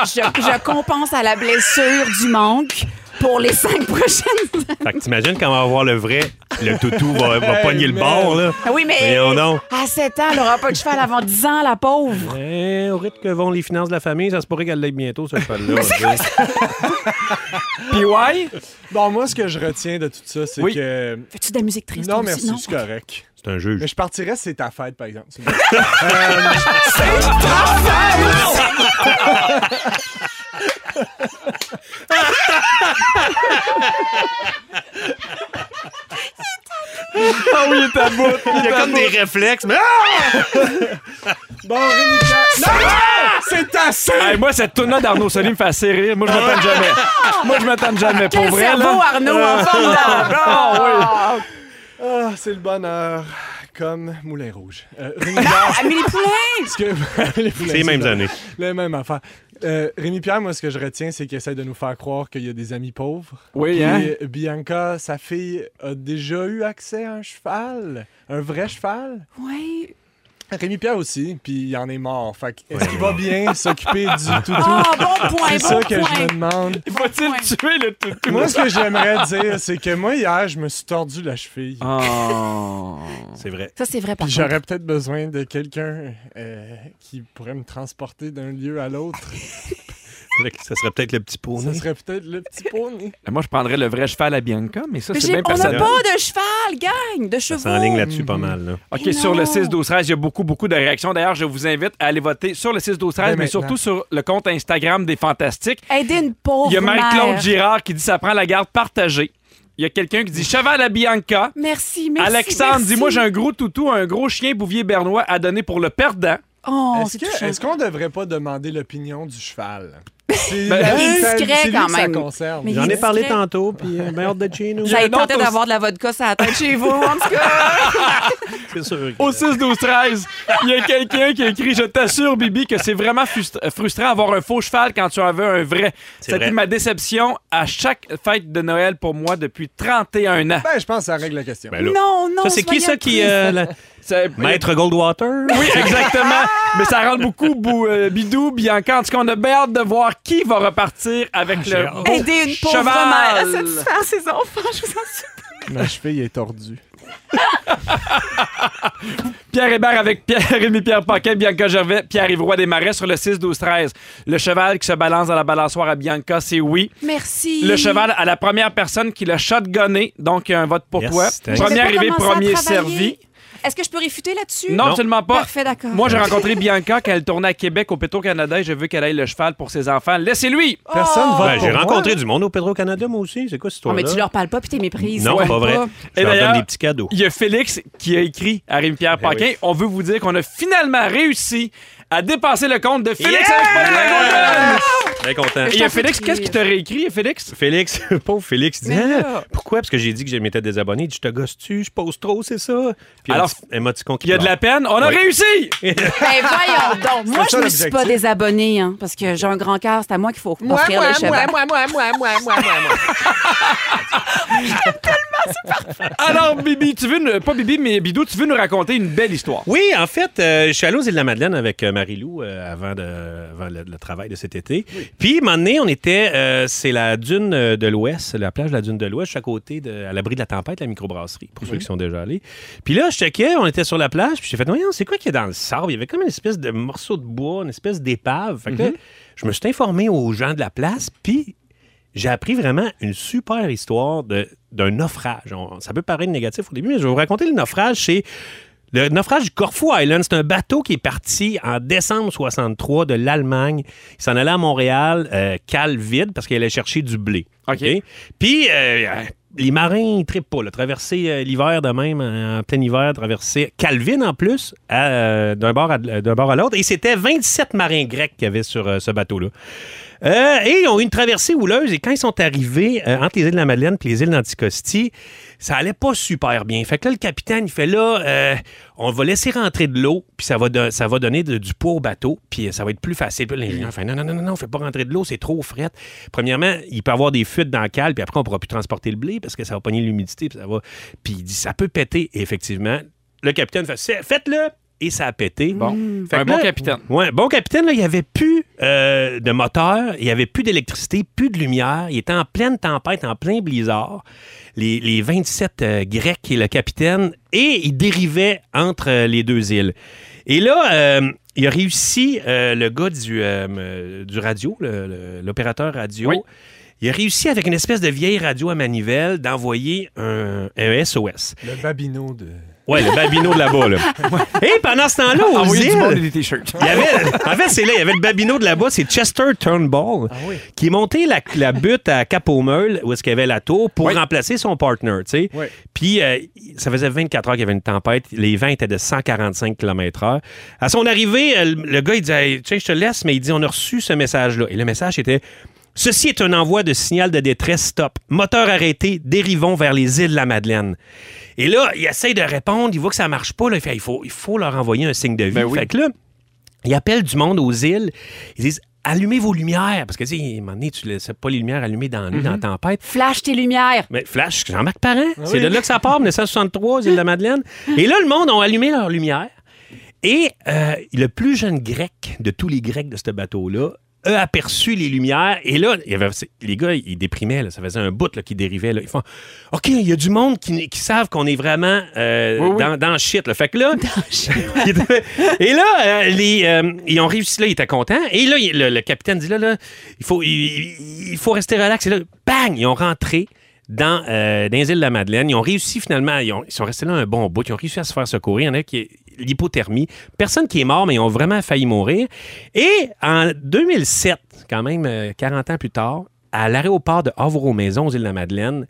S4: Je, je compense à la blessure du manque pour les cinq prochaines.
S3: Fait que t'imagines quand on va voir le vrai, le toutou va, va pogner le
S6: man.
S3: bord, là.
S4: Ah Oui, mais
S6: oh
S3: Voyons donc.
S4: à 7 ans, elle n'aura pas de cheval avant 10 ans, la pauvre.
S3: Eh, au rythme que vont les finances de la famille, ça se pourrait qu'elle l'aide bientôt, ce cheval-là.
S2: Puis ouais,
S6: Bon, moi, ce que je retiens de tout ça, c'est
S2: Oui.
S6: que.
S4: Fais-tu de la musique triste?
S6: Non,
S4: toi aussi?
S6: merci, c'est correct.
S3: C'est un juge.
S6: Mais je partirais si c'est ta fête, par exemple. C'est une-
S3: Il y a comme des réflexes, mais
S6: Bon, Rémi
S1: (laughs)
S6: Pierre- Non! C'est assez!
S2: Hey, moi, cette tournée d'Arnaud Soli me fait assez rire. Moi, je m'attends jamais. Moi, je m'attends jamais. Pour
S4: Quel
S2: vrai,
S4: cerveau,
S2: là. Euh,
S4: Arnaud, en Ah, forme d'âme.
S6: (laughs) Ah, c'est le bonheur. Comme Moulin Rouge. Euh, Rémi Pierre,
S4: Amélie Poulain!
S6: ce
S1: (laughs)
S6: que- Les poulets,
S3: c'est les mêmes
S6: ça.
S3: années.
S6: La même affaire. Euh, Rémi Pierre, moi, ce que je retiens, c'est qu'il essaie de nous faire croire qu'il y a des amis pauvres.
S2: Oui,
S6: Puis,
S2: hein?
S6: euh, Bianca, sa fille, a déjà eu accès à un cheval. Un vrai cheval.
S4: Oui.
S6: Rémi Pierre aussi, puis il en est mort. Fait que, est-ce qu'il va
S4: (laughs)
S6: bien s'occuper du toutou?
S4: Ah, bon point,
S6: C'est
S4: bon
S6: ça que je
S4: point.
S6: me demande.
S2: Faut-il
S4: Ouais.
S2: tuer le toutou?
S6: Moi, ce que j'aimerais dire, c'est que moi, hier, je me suis tordu la cheville.
S4: Ah.
S2: Oh.
S3: C'est vrai.
S4: Ça, c'est vrai, par
S6: Puis
S4: contre.
S6: j'aurais peut-être besoin de quelqu'un euh, qui pourrait me transporter d'un lieu à l'autre.
S4: Ah,
S3: Fait que Ça serait peut-être le petit pot.
S6: Ce serait peut-être le petit poney.
S2: Moi, je prendrais le vrai cheval à Bianca, mais ça,
S4: Mais
S2: c'est
S4: j'ai-
S2: bien
S4: on n'a
S2: personnel.
S4: pas de cheval, gang, de chevaux.
S3: Ça ligne là-dessus pas mal, là.
S2: OK,
S4: Mais
S2: sur
S4: non.
S2: le 6-12-13, il y a beaucoup, beaucoup de réactions. D'ailleurs, je vous invite à aller voter sur le 6-12-13,
S6: Dès
S2: mais
S6: maintenant.
S2: surtout sur le compte Instagram des Fantastiques.
S4: Aider une pauvre
S2: Il y a Marie-Claude
S4: mère.
S2: Girard qui dit ça prend la garde partagée. Il y a quelqu'un qui dit cheval à Bianca.
S4: Merci, merci,
S2: Alexandre
S4: merci.
S2: dit Moi, j'ai un gros toutou, un gros chien bouvier bernois à donner pour le perdant.
S4: Oh,
S6: Est-ce
S4: c'est
S6: que-
S4: touchant.
S6: est-ce qu'on devrait pas demander l'opinion du
S4: (laughs)
S6: cheval? C'est
S2: Ben,
S6: la-
S4: il est
S6: c'est-
S4: discret
S6: c'est lui
S4: quand
S6: que ça
S4: même.
S6: concerne.
S4: Mais
S3: J'en
S4: il
S3: ai
S4: est
S3: parlé
S4: discret.
S3: tantôt, puis euh, ben, hâte de chez nous.
S4: Vous
S2: Il
S4: allez
S2: y a un
S4: tenter
S2: autre
S4: d'avoir de la vodka sur la tête chez vous, en tout (laughs) cas.
S3: C'est sûr. que-
S2: Au 6-12-13, il y a quelqu'un qui a écrit Je t'assure, Bibi, que c'est vraiment frust- frustrant avoir un faux cheval quand tu en veux un vrai.
S3: C'est
S2: C'était
S3: vrai.
S2: ma déception à chaque fête de Noël pour moi depuis 31 ans.
S6: Ben, je pense que ça règle la question.
S3: Ben là,
S4: Non, non,
S3: ça, c'est qui
S4: soyons
S3: ça qui.
S4: tristes.
S3: euh, la-
S2: C'est-
S3: Maître Goldwater?
S2: Oui, exactement. Mais ça rentre beaucoup, Bou- euh, Bidou, Bianca. En tout cas, on a bien hâte de voir qui va repartir avec
S3: j'ai
S2: le
S3: hâte.
S2: beau
S4: Aider une pauvre mère à
S2: cheval.
S4: satisfaire ses enfants, je vous en supplie.
S6: Ma cheville est tordue.
S2: Pierre (laughs) Hébert avec Pierre-Rémi-Pierre Paquet, Bianca Gervais, Pierre Ivroy des Marais sur le 6-12-13. Le cheval qui se balance dans la balançoire à Bianca, c'est oui.
S4: Merci.
S2: Le cheval à la première personne qui l'a shotgunné, donc un vote pour
S3: Yes,
S2: toi.
S3: thanks.
S4: Je vais
S2: Premier
S4: pas
S2: arrivé,
S4: commencer à
S2: premier
S4: travailler.
S2: servi.
S4: Est-ce que je peux réfuter là-dessus?
S2: Non, absolument pas.
S4: Parfait, d'accord.
S2: Moi, j'ai rencontré Bianca quand elle tournait à Québec au Pétro-Canada et j'ai vu qu'elle aille le cheval pour ses enfants. Laissez-lui!
S6: (laughs) Personne va.
S3: Ben, j'ai rencontré du monde au Pedro-Canada, moi aussi. C'est quoi cette
S4: Oh, mais tu
S3: histoire-là?
S4: leur parles pas puis t'es méprise.
S3: Non,
S2: Ouais.
S3: pas vrai. Je
S2: Et
S3: leur
S2: d'ailleurs-
S3: donne des petits cadeaux.
S2: Il y a Félix qui a écrit à Rémi-Pierre
S3: Ben
S2: Paquin.
S3: oui.
S2: On veut vous dire qu'on a finalement réussi à dépasser le compte de Félix.
S3: Yeah!
S2: avec Paul Lagondon.
S3: Très content.
S2: Et il y a Félix, qu'est-ce qui t'a réécrit, Félix?
S3: Félix, (laughs) pauvre Félix, dit
S4: Mais là-
S3: Ah, Pourquoi? Parce que j'ai dit que je m'étais désabonné. Il dit Je te gosse-tu, je pose trop, c'est ça. Puis
S2: Alors,
S3: Alors, émoticon qui
S2: Il y a de
S3: pleure.
S2: la peine. On a
S3: Oui.
S2: réussi!
S6: (laughs)
S4: Ben voyons donc.
S6: C'est
S4: Moi, je
S6: ça,
S4: me suis pas
S6: l'objectif.
S4: désabonnée, hein, parce que j'ai un grand cœur. C'est à moi qu'il faut offrir le cheval.
S10: moi, moi, moi, moi, moi, moi, moi.
S2: Alors, Bibi, tu veux. nous- Pas Bibi, mais Bidou, tu veux nous raconter une belle histoire.
S3: Oui, en fait, euh, je suis allé aux Îles-de-la-Madeleine avec euh, Marie-Lou euh, avant, de- avant le, le travail de cet été. Puis, un moment donné, on était... euh, c'est la dune euh, de l'Ouest, la plage de la dune de l'Ouest, juste à côté, de- à l'abri de la tempête, la microbrasserie,
S4: Mhm.
S3: pour ceux qui sont déjà allés. Puis là, je checkais, on était sur la plage, puis j'ai fait, voyons, c'est quoi qu'il y a dans le sable? Il y avait comme une espèce de morceau de bois, une espèce d'épave.
S4: Mhm.
S3: Fait que là, je me suis informé aux gens de la place, puis j'ai appris vraiment une super histoire de- d'un naufrage. On- ça peut paraître négatif au début, mais je vais vous raconter le naufrage. C'est le naufrage du Corfu Island. C'est un bateau qui est parti en décembre 63 de l'Allemagne. Il s'en allait à Montréal, euh, cale vide, parce qu'il allait chercher du blé.
S2: OK.
S3: Puis, euh, euh, les marins, ils trippent pas. là. Traverser euh, l'hiver de même, en plein hiver, traverser Calvin en plus, à, euh, d'un bord à, d'un bord à l'autre. Et c'était 27 marins grecs qu'il y avait sur euh, ce bateau-là. Euh, et ils ont eu une traversée houleuse. Et quand ils sont arrivés euh, entre les îles de la Madeleine et les îles d'Anticosti, ça allait pas super bien. Fait que là, le capitaine, il fait là, euh, on va laisser rentrer de l'eau, puis ça va, don- ça va donner de- du poids au bateau, puis euh, ça va être plus facile. Puis l'ingénieur fait non, non, non, non, non, on fait pas rentrer de l'eau, c'est trop fret. Premièrement, il peut y avoir des fuites dans le cale, puis après, on pourra plus transporter le blé parce que ça va pogner l'humidité, puis ça va. Puis il dit, ça peut péter. Et effectivement, le capitaine fait, C'est- faites-le! Et ça a pété. Bon.
S2: Un bon capitaine.
S3: Ouais, bon capitaine, là, il n'y avait plus euh, de moteur, il n'y avait plus d'électricité, plus de lumière. Il était en pleine tempête, en plein blizzard. Les, les 27 euh, Grecs et le capitaine, et il dérivait entre euh, les deux îles. Et là, euh, il a réussi, euh, le gars du, euh, euh, du radio, le- le- l'opérateur radio,
S2: Oui.
S3: il a réussi avec une espèce de vieille radio à manivelle d'envoyer un- un SOS.
S1: Le babino de.
S3: Ouais, le babino de
S2: (laughs)
S3: là-bas, là. Et pendant ce temps-là, aux
S2: Envoyer du monde et
S3: îles,
S2: des t-shirts.
S3: il y avait, en fait, c'est là, il y avait le babino de là-bas, c'est Chester Turnbull, qui est monté la, la butte à Cap aux Meules, où est-ce qu'il y avait la tour, pour
S2: Oui.
S3: remplacer son partner, tu sais.
S1: Oui.
S3: Puis, euh, ça faisait 24 heures qu'il y avait une tempête, les vents étaient de 145 km h À son arrivée, euh, le le gars, il dit, Hey, tiens, je te laisse, mais il dit, on a reçu ce message-là. Et le message était... Ceci est un envoi de signal de détresse stop. Moteur arrêté, dérivons vers les îles de la Madeleine. Et là, il essaye de répondre, il voit que ça marche pas, là, il fait il faut, il faut leur envoyer un signe de vie. Fait que là, ils appellent du monde aux îles. Ils disent Allumez vos lumières. Parce que, tu sais, à un moment donné, tu ne laissais pas les lumières allumées dans la nuit, dans la tempête.
S4: Flash tes lumières.
S3: Mais Flash, Jean-Marc Parent, c'est de là que ça part, 1963, île de la Madeleine. Et là, le monde a allumé leurs lumières. Et euh, le plus jeune grec de tous les grecs de ce bateau-là a aperçu les lumières. Et là, il y avait- c'est- les gars, ils déprimaient. là. Ça faisait un bout là, qui dérivait. là. Ils font OK, il y a du monde qui, qui savent qu'on est vraiment euh, Dans, dans le shit. là. Fait que là, (laughs) il était- et là, euh, les, euh, ils ont réussi. Là, ils étaient contents. Et là, il- le, le capitaine dit là, là, il, faut, il, il faut rester relax. Et là, bang, ils ont rentré dans, euh, dans les îles de la Madeleine. Ils ont réussi finalement, ils, ont- ils sont restés là un bon bout, ils ont réussi à se faire secourir. Il y en a qui l'hypothermie. Personne qui est mort, mais ils ont vraiment failli mourir. Et en 2007, quand même euh, 40 ans plus tard, à l'aéroport de Havre-aux-Maisons aux îles de la Madeleine,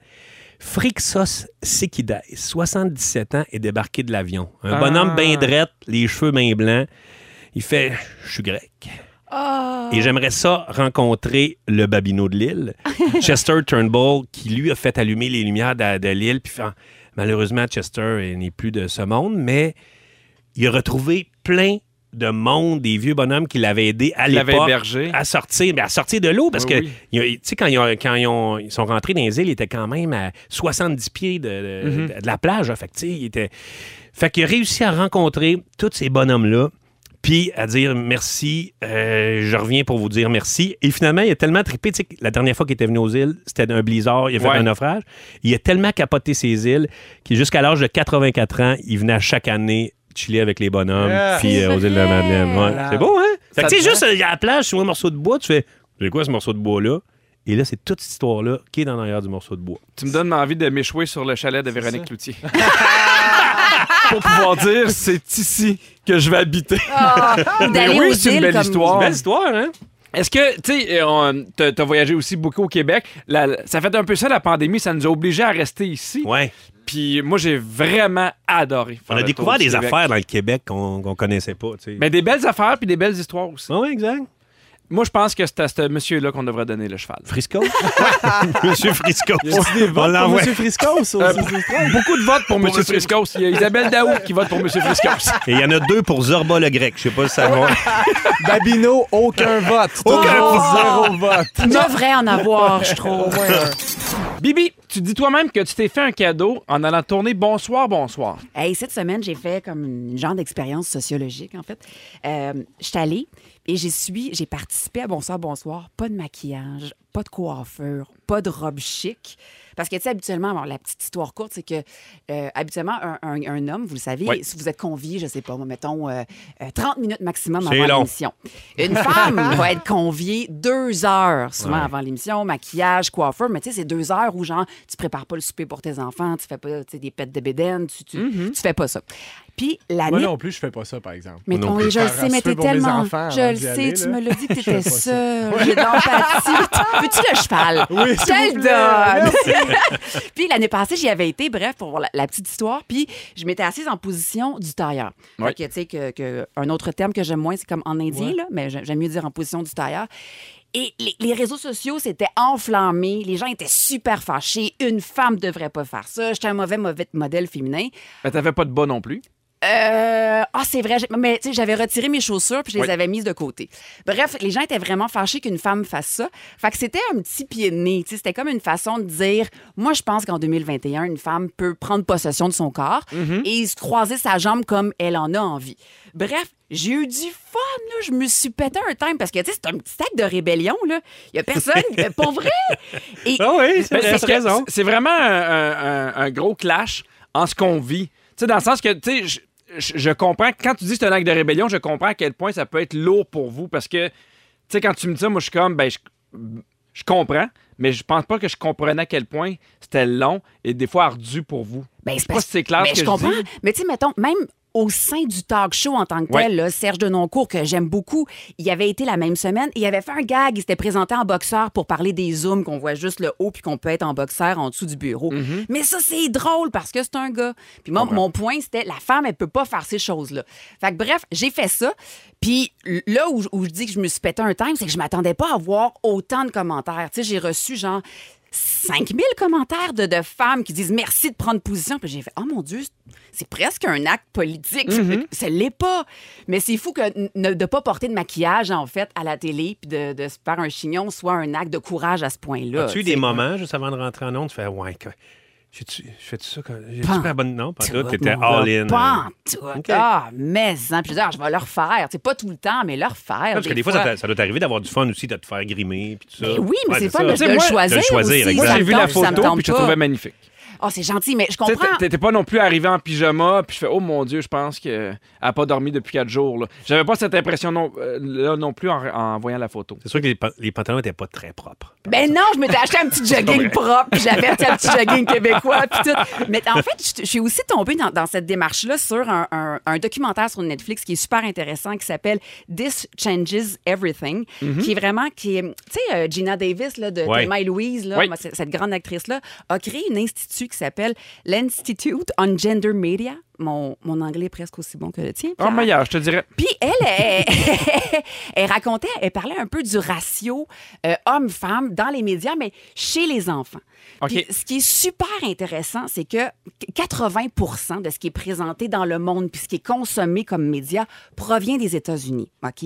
S3: Frixos Sekidae, 77 ans, est débarqué de l'avion. Un bonhomme bien drette, les cheveux bien blancs. Il fait Je suis grec. Et j'aimerais ça rencontrer le Babino de l'île, Chester Turnbull, qui lui a fait allumer les lumières de, de l'île. Puis fait- malheureusement, Chester il n'est plus de ce monde, mais il a retrouvé plein de monde, des vieux bonhommes qui l'avaient aidé à
S2: l'avaient
S3: l'époque
S2: hébergé.
S3: à sortir, mais à sortir de l'eau parce
S2: Oui,
S3: que
S2: oui.
S3: il y a- tu sais quand, ils, ont- quand ils, ont- ils sont rentrés dans les îles, ils étaient quand même à 70 pieds de, de-
S2: Mhm.
S3: de la plage. hein. fait que tu sais, il était, fait qu'il a réussi à rencontrer tous ces bonhommes-là, puis à dire merci, euh, je reviens pour vous dire merci. Et finalement, il a tellement trippé. tu sais, que La dernière fois qu'il était venu aux îles, c'était un blizzard, il a fait
S2: Ouais.
S3: un naufrage. Il a tellement capoté ces îles qu'il, jusqu'à l'âge de 84 ans, il venait à chaque année chiller avec les bonhommes,
S1: Yeah.
S2: Ah.
S3: puis euh, aux îles de la Madeleine. Ouais. C'est beau, hein? Fait que tu sais, juste euh, à la plage, tu vois un morceau de bois, tu fais C'est quoi ce morceau de bois-là? Et là, c'est toute cette histoire-là qui est dans l'arrière du morceau de bois.
S2: Tu me donnes envie de m'échouer sur le chalet de Véronique
S3: (laughs)
S2: Cloutier. Pour pouvoir dire, c'est ici que je vais habiter.
S4: Ah, ou
S2: Mais
S4: d'aller
S2: oui,
S4: aux
S2: c'est une
S4: îles
S2: belle
S4: comme-
S2: histoire.
S3: Belle histoire, hein?
S2: Est-ce que, tu sais, euh, on- t'as t'as voyagé aussi beaucoup au Québec. La- la- ça fait un peu ça, la pandémie. Ça nous a obligés à rester ici.
S3: Ouais.
S2: Puis moi, j'ai vraiment adoré. faire
S3: On a
S2: le
S3: découvert
S2: tour du
S3: des
S2: Québec.
S3: affaires dans le Québec qu'on qu'on connaissait pas, tu sais. Ah
S2: Mais des belles affaires puis des belles histoires aussi.
S3: Ouais, ouais, exact.
S2: Moi, je pense que c'est à ce monsieur-là qu'on devrait donner le cheval.
S4: (laughs)
S3: Frisco? (laughs) Monsieur Frisco. On l'envoie. Euh,
S1: Monsieur Frisco, ça aussi, c'est étrange.
S2: Euh, Beaucoup de votes pour, monsieur Friscos. Il y a Isabelle Daou qui vote pour monsieur Friscos.
S3: Et il y en a deux pour Zorba le Grec. Je sais pas si ça va.
S1: Babino, aucun vote. Aucun Zéro vote.
S2: (laughs)
S4: Tu devrais en avoir, je trouve.
S2: Bibi, tu dis toi-même que tu t'es fait un cadeau en allant tourner Bonsoir, bonsoir.
S4: Hey, cette semaine, j'ai fait comme une genre d'expérience sociologique, en fait. Euh, je suis allée et j'ai suivi, j'ai participé à Bonsoir, bonsoir. Pas de maquillage, pas de coiffure, pas de robe chic. Parce que, tu sais, habituellement, bon, la petite histoire courte, c'est que, euh, habituellement, un, un- un homme, vous le savez,
S3: Oui.
S4: si vous êtes convié, je sais pas, moi, mettons euh, euh, 30 minutes maximum
S3: C'est
S4: avant
S3: long.
S4: l'émission. Une femme va être conviée deux heures souvent avant l'émission, maquillage, coiffeur, mais tu sais, c'est deux heures où genre, tu prépares pas le souper pour tes enfants, tu fais pas tu sais, des pets de bédaine, tu, tu, tu fais pas ça. Puis
S6: Moi
S4: l'année.
S6: non plus, je fais pas ça, par exemple.
S4: Mais
S3: Moi
S4: ton-
S3: non plus.
S4: je le
S6: Faire un
S4: sais, mais
S6: souper
S4: t'es
S6: pour mes
S4: tellement.
S6: enfants
S4: Je
S6: avant
S4: le
S6: d'y
S4: sais,
S6: aller,
S4: tu
S6: là.
S4: me
S6: (laughs)
S4: l'as dit que
S6: Je fais
S4: t'étais
S6: pas ça.
S4: seule. J'ai
S6: (laughs)
S4: de l'empathie. Veux-tu le cheval?
S6: Oui,
S4: Je
S6: s'il
S4: te
S6: vous
S4: le
S6: plaît.
S4: donne. (laughs) Puis l'année passée, j'y avais été, bref, pour la, la petite histoire. Puis je m'étais assise en position du tailleur. Fait
S2: Ouais.
S4: que, tu sais, que, que- un autre terme que j'aime moins, c'est comme en indien, là, mais j'aime j'aime mieux dire en position du tailleur. Et les, les réseaux sociaux s'étaient enflammés. Les gens étaient super fâchés. Une femme devrait pas faire ça. J'étais un mauvais, mauvais modèle féminin.
S2: Ben, t'avais pas de bas non plus.
S4: Euh, ah, c'est vrai. j'ai- Mais tu sais, j'avais retiré mes chaussures puis je les
S2: Oui.
S4: avais mises de côté. Bref, les gens étaient vraiment fâchés qu'une femme fasse ça. Fait que c'était un petit pied de nez. tu sais, C'était comme une façon de dire Moi, je pense qu'en 2021, une femme peut prendre possession de son corps et se croiser sa jambe comme elle en a envie. Bref, j'ai eu du fun. Là. Je me suis pété un time parce que tu sais, c'est un petit acte de rébellion. là. Il n'y a personne. mais pour vrai.
S3: oui,
S4: Et,
S2: Ben, c'est que c'est- C'est vraiment un, un- un- un gros clash en ce qu'on vit. Tu sais, dans le sens que, tu sais, je, je- je comprends, quand tu dis que c'est un acte de rébellion, je comprends à quel point ça peut être lourd pour vous parce que, tu sais, quand tu me dis ça, moi, je suis comme, ben, je, je comprends, mais je pense pas que je comprenais à quel point c'était long et des fois ardu pour vous.
S4: Ben,
S2: je
S4: c'est
S2: sais pas
S4: parce-
S2: si c'est clair
S4: mais
S2: ce que
S4: je comprends.
S2: dis.
S4: Mais tu sais, mettons, même au sein du talk show en tant que
S2: Ouais.
S4: tel, là, Serge Denoncourt, que j'aime beaucoup, il avait été la même semaine, il avait fait un gag, il s'était présenté en boxeur pour parler des zooms, qu'on voit juste le haut, puis qu'on peut être en boxeur en dessous du bureau.
S2: Mm-hmm.
S4: Mais ça, c'est drôle parce que c'est un gars. Puis moi, mon point, c'était la femme, elle peut pas faire ces choses-là. Fait que bref, j'ai fait ça. Puis là où, où je dis que je me suis pété un time, c'est que je m'attendais pas à voir autant de commentaires. Tu sais, j'ai reçu genre 5000 commentaires de, de femmes qui disent merci de prendre position. Puis j'ai fait, oh mon Dieu, c'est presque un acte politique. Ça l'est pas. Mais c'est fou que n- ne, de pas porter de maquillage, en fait, à la télé, puis de, de se faire un chignon soit un acte de courage à ce point-là.
S3: As-tu eu
S4: tu
S3: des
S4: sais.
S3: moments, juste avant de rentrer en onde, tu fais Ouais, que- j'ai-tu- je fais-tu ça quand. J'ai-tu
S4: Pan.
S3: fait la bonne. Non, pas
S4: Tu
S3: tout.
S4: vois,
S3: T'étais
S4: mon gars,
S3: all-in.
S4: pas
S3: hein.
S4: en tout.
S3: OK.
S4: Ah, mais, hein, puis je dis, ah, je vais le refaire. Tu sais, pas tout le temps, mais le refaire.
S3: Parce que des fois, ça t'a- ça doit t'arriver d'avoir du fun aussi, de te faire grimer. Puis tout ça.
S4: Mais Eh oui, mais
S3: Ouais,
S4: c'est pas de,
S2: Tu sais,
S4: de le
S2: moi,
S4: choisir.
S3: de le choisir,
S4: aussi.
S3: exact.
S4: Ça
S2: Moi, j'ai
S4: me
S2: vu la
S4: tente, ça me
S2: photo,
S4: tente
S2: puis je la
S4: pas.
S2: trouvais magnifique.
S4: Oh, c'est gentil, mais je
S2: Tu sais,
S4: comprends.
S2: t'es- T'étais pas non plus arrivé en pyjama, puis je fais Oh mon Dieu, je pense qu'elle a pas dormi depuis quatre jours. là. J'avais pas cette impression non, euh, là non plus en, en voyant la photo.
S3: C'est sûr que les, pa- les pantalons n'étaient pas très propres.
S4: Ben non, je m'étais acheté
S3: (laughs)
S4: un petit jogging propre, puis j'avais acheté un petit jogging québécois, puis tout. Mais en fait, je je suis aussi tombée dans, dans cette démarche-là sur un, un- un documentaire sur Netflix qui est super intéressant, qui s'appelle This Changes Everything, qui est vraiment, qui est, tu sais, euh, Gina Davis là, de
S3: Mm-hmm. Ouais.
S4: Thelma et Louise, là,
S2: Oui.
S4: moi, c- cette grande actrice-là, a créé un institut qui s'appelle l'Institute on Gender Media. Mon, mon anglais est presque aussi bon que le tien.
S3: Ah,
S2: Oh,
S4: Pierre.
S2: meilleur, je te dirais.
S4: Puis elle, elle, elle (laughs) racontait, elle parlait un peu du ratio euh, homme-femme dans les médias, mais chez les enfants.
S2: OK.
S4: Puis ce qui est super intéressant, c'est que 80 de ce qui est présenté dans le monde puis ce qui est consommé comme média provient des États-Unis. OK?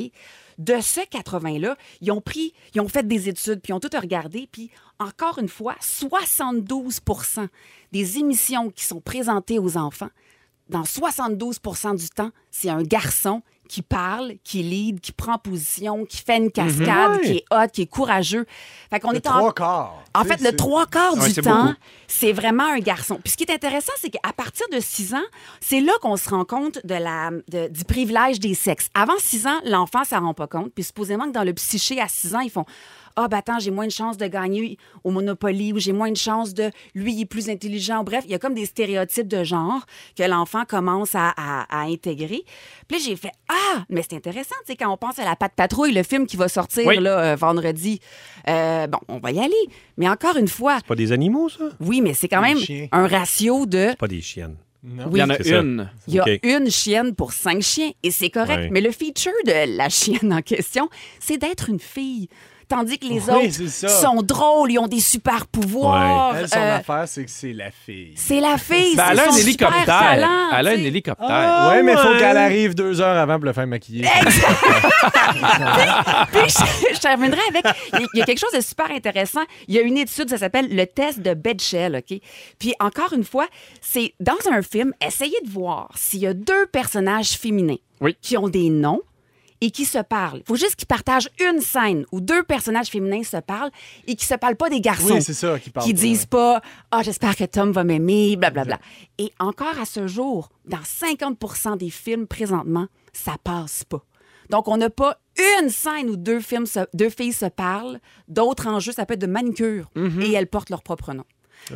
S4: De ce 80-là, ils ont pris, ils ont fait des études, puis ils ont tout regardé, puis encore une fois, 72 des émissions qui sont présentées aux enfants dans 72 du temps, c'est un garçon qui parle, qui lead, qui prend position, qui fait une cascade, qui est hot, qui est courageux. Fait qu'on
S6: Mhm. Le
S4: est en...
S6: trois quarts.
S4: En
S6: Tu sais,
S4: fait, le
S6: c'est-
S4: trois quarts
S2: Ouais,
S4: du
S2: c'est
S4: temps,
S2: beaucoup.
S4: c'est vraiment un garçon. Puis ce qui est intéressant, c'est qu'à partir de 6 ans, c'est là qu'on se rend compte de la, de- du privilège des sexes. Avant 6 ans, l'enfant s'en rend pas compte. Puis supposément que dans le psyché, à 6 ans, ils font « Ah, bah attends, j'ai moins de chance de gagner au Monopoly ou j'ai moins de chance de... Lui, il est plus intelligent. » Bref, il y a comme des stéréotypes de genre que l'enfant commence à, à- à intégrer. Puis là, j'ai fait « Ah! » Mais c'est intéressant, tu sais, quand on pense à La Patte Patrouille, le film qui va sortir
S2: Oui.
S4: là, euh, vendredi. Euh, bon, on va y aller. Mais encore une fois,
S3: Pas des animaux, ça?
S4: oui, mais c'est quand même
S6: chiens.
S4: un ratio de.
S3: Pas des chiennes.
S2: Il y en a
S3: C'est ça.
S2: une.
S4: Il y a
S3: OK.
S4: une chienne pour cinq chiens et c'est correct.
S3: Ouais.
S4: Mais le feature de la chienne en question, c'est d'être une fille. tandis que les
S6: Oui,
S4: autres
S6: c'est ça.
S4: sont drôles, ils ont des super pouvoirs.
S6: Elle, son
S4: Euh,
S6: affaire, c'est que c'est la fille.
S4: c'est la fille,
S2: Ben, elle
S4: c'est
S2: a un
S4: son super
S2: hélicoptère.
S4: talent,
S2: Elle a un
S4: tu sais. Ah!
S2: hélicoptère.
S6: ouais, mais faut
S4: euh,
S3: ouais.
S6: qu'elle arrive deux heures avant pour le faire maquiller.
S4: Puis je, je terminerai avec. Il y a quelque chose de super intéressant. Il y a une étude, ça s'appelle le test de Bedshell, OK? Puis encore une fois, c'est dans un film, essayez de voir s'il y a deux personnages féminins
S2: Oui.
S4: qui ont des noms et qui se parlent. Il faut juste qu'ils partagent une scène où deux personnages féminins se parlent et qui se parlent pas des garçons.
S6: Oui, c'est ça, qui parle.
S4: Qui disent pas Ah, j'espère que Tom va m'aimer, blablabla. Et encore à ce jour, dans 50 des films présentement, ça passe pas. Donc, on n'a pas une scène où deux, films se- deux filles se parlent, d'autres en jeu, ça peut être de manicure, et elles portent leur propre nom.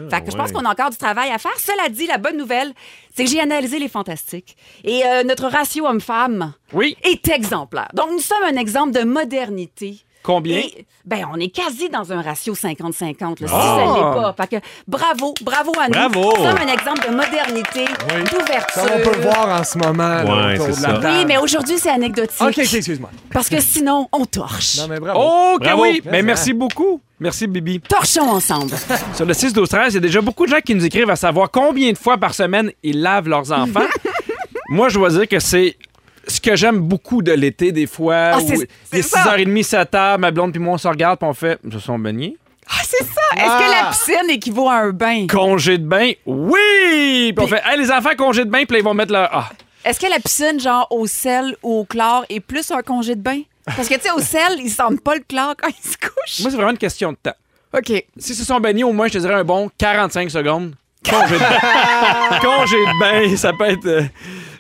S4: fait que je pense qu'on a encore du travail à faire. Cela dit, la bonne nouvelle, c'est que j'ai analysé les fantastiques. Et euh, notre ratio homme-femme
S2: Oui.
S4: est exemplaire. Donc, nous sommes un exemple de modernité.
S2: Combien?
S4: Et, ben, on est quasi dans un ratio 50-50, là, si
S2: Ah!
S4: ça ne l'est pas. Fait que, bravo, bravo à nous.
S2: Bravo!
S4: Nous sommes un exemple de modernité, d'ouverture.
S6: Comme on peut le voir en ce moment. là,
S3: Ouais,
S6: autour
S3: c'est
S6: de la
S3: ça.
S4: Oui,
S6: table.
S4: mais aujourd'hui, c'est anecdotique.
S6: OK, OK, excuse-moi.
S4: Parce que sinon, on torche.
S6: Non, mais bravo.
S4: Oh!
S2: OK,
S3: Bravo.
S2: oui.
S6: Mais
S2: Mais merci beaucoup. Merci, Bibi.
S4: Torchons ensemble.
S2: Sur le 6 12 13, il y a déjà beaucoup de gens qui nous écrivent à savoir combien de fois par semaine ils lavent leurs enfants.
S4: (laughs)
S2: Moi, je dois dire que c'est ce que j'aime beaucoup de l'été, des fois.
S4: Ah,
S2: où
S4: c'est-
S2: il est
S4: c'est ça.
S2: 6h30, 7h, ma blonde puis moi, on se regarde puis on fait « se sont baignés?
S4: (laughs) Ah, c'est ça! Est-ce que la piscine équivaut à un bain? »
S2: Congé de bain, oui! Puis on fait « Hey, les enfants, congé de bain! » Puis là, ils vont mettre leur... Ah.
S4: Est-ce que la piscine, genre au sel ou au chlore, est plus un congé de bain? Parce que, tu sais, au sel, ils sentent pas le chlore quand ils se couchent.
S2: Moi, c'est vraiment une question de temps.
S4: OK.
S2: Si se sont baignés, au moins, je te dirais un bon 45 secondes. Congé de bain. congé de bain, ça peut être... euh,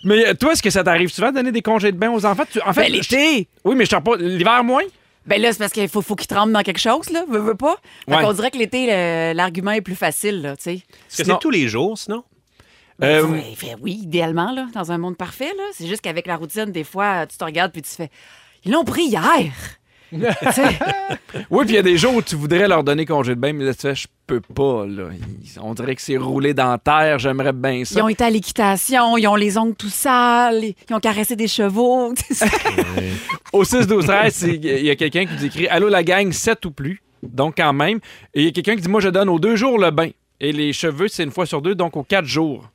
S2: Mais euh, toi, est-ce que ça t'arrive souvent de donner des congés de bain aux enfants? Tu- En fait,
S4: Ben, l'été!
S2: Oui, mais je te repose- L'hiver, moins?
S4: Ben là, c'est parce qu'il faut, faut qu'ils tremblent dans quelque chose, là. Veux, veux pas. Fait
S2: Ouais.
S4: qu'on dirait que l'été, le- l'argument est plus facile, là, tu sais.
S3: Est-ce que
S2: Sinon-
S3: c'est tous les jours, sinon?
S2: Euh,
S4: Ouais, fait ben, oui, idéalement, là, dans un monde parfait, là. C'est juste qu'avec la routine, des fois, tu te regardes puis tu fais Ils l'ont pris hier! Tu sais,
S2: Oui, puis il y a des jours où tu voudrais leur donner congé de bain, mais là, tu fais, je peux pas, là. Ils- On dirait que c'est roulé dans la terre, j'aimerais bien
S4: ils
S2: ça.
S4: ont été à l'équitation, ils ont les ongles tout sales, ils ont caressé des chevaux. (laughs) tu sais.
S2: Au 6-12-13, il y a quelqu'un qui nous écrit Allô la gang, 7 ou plus. Donc, quand même. Et il y a quelqu'un qui dit Moi, je donne aux deux jours le bain. Et les cheveux, c'est une fois sur deux, donc aux quatre jours.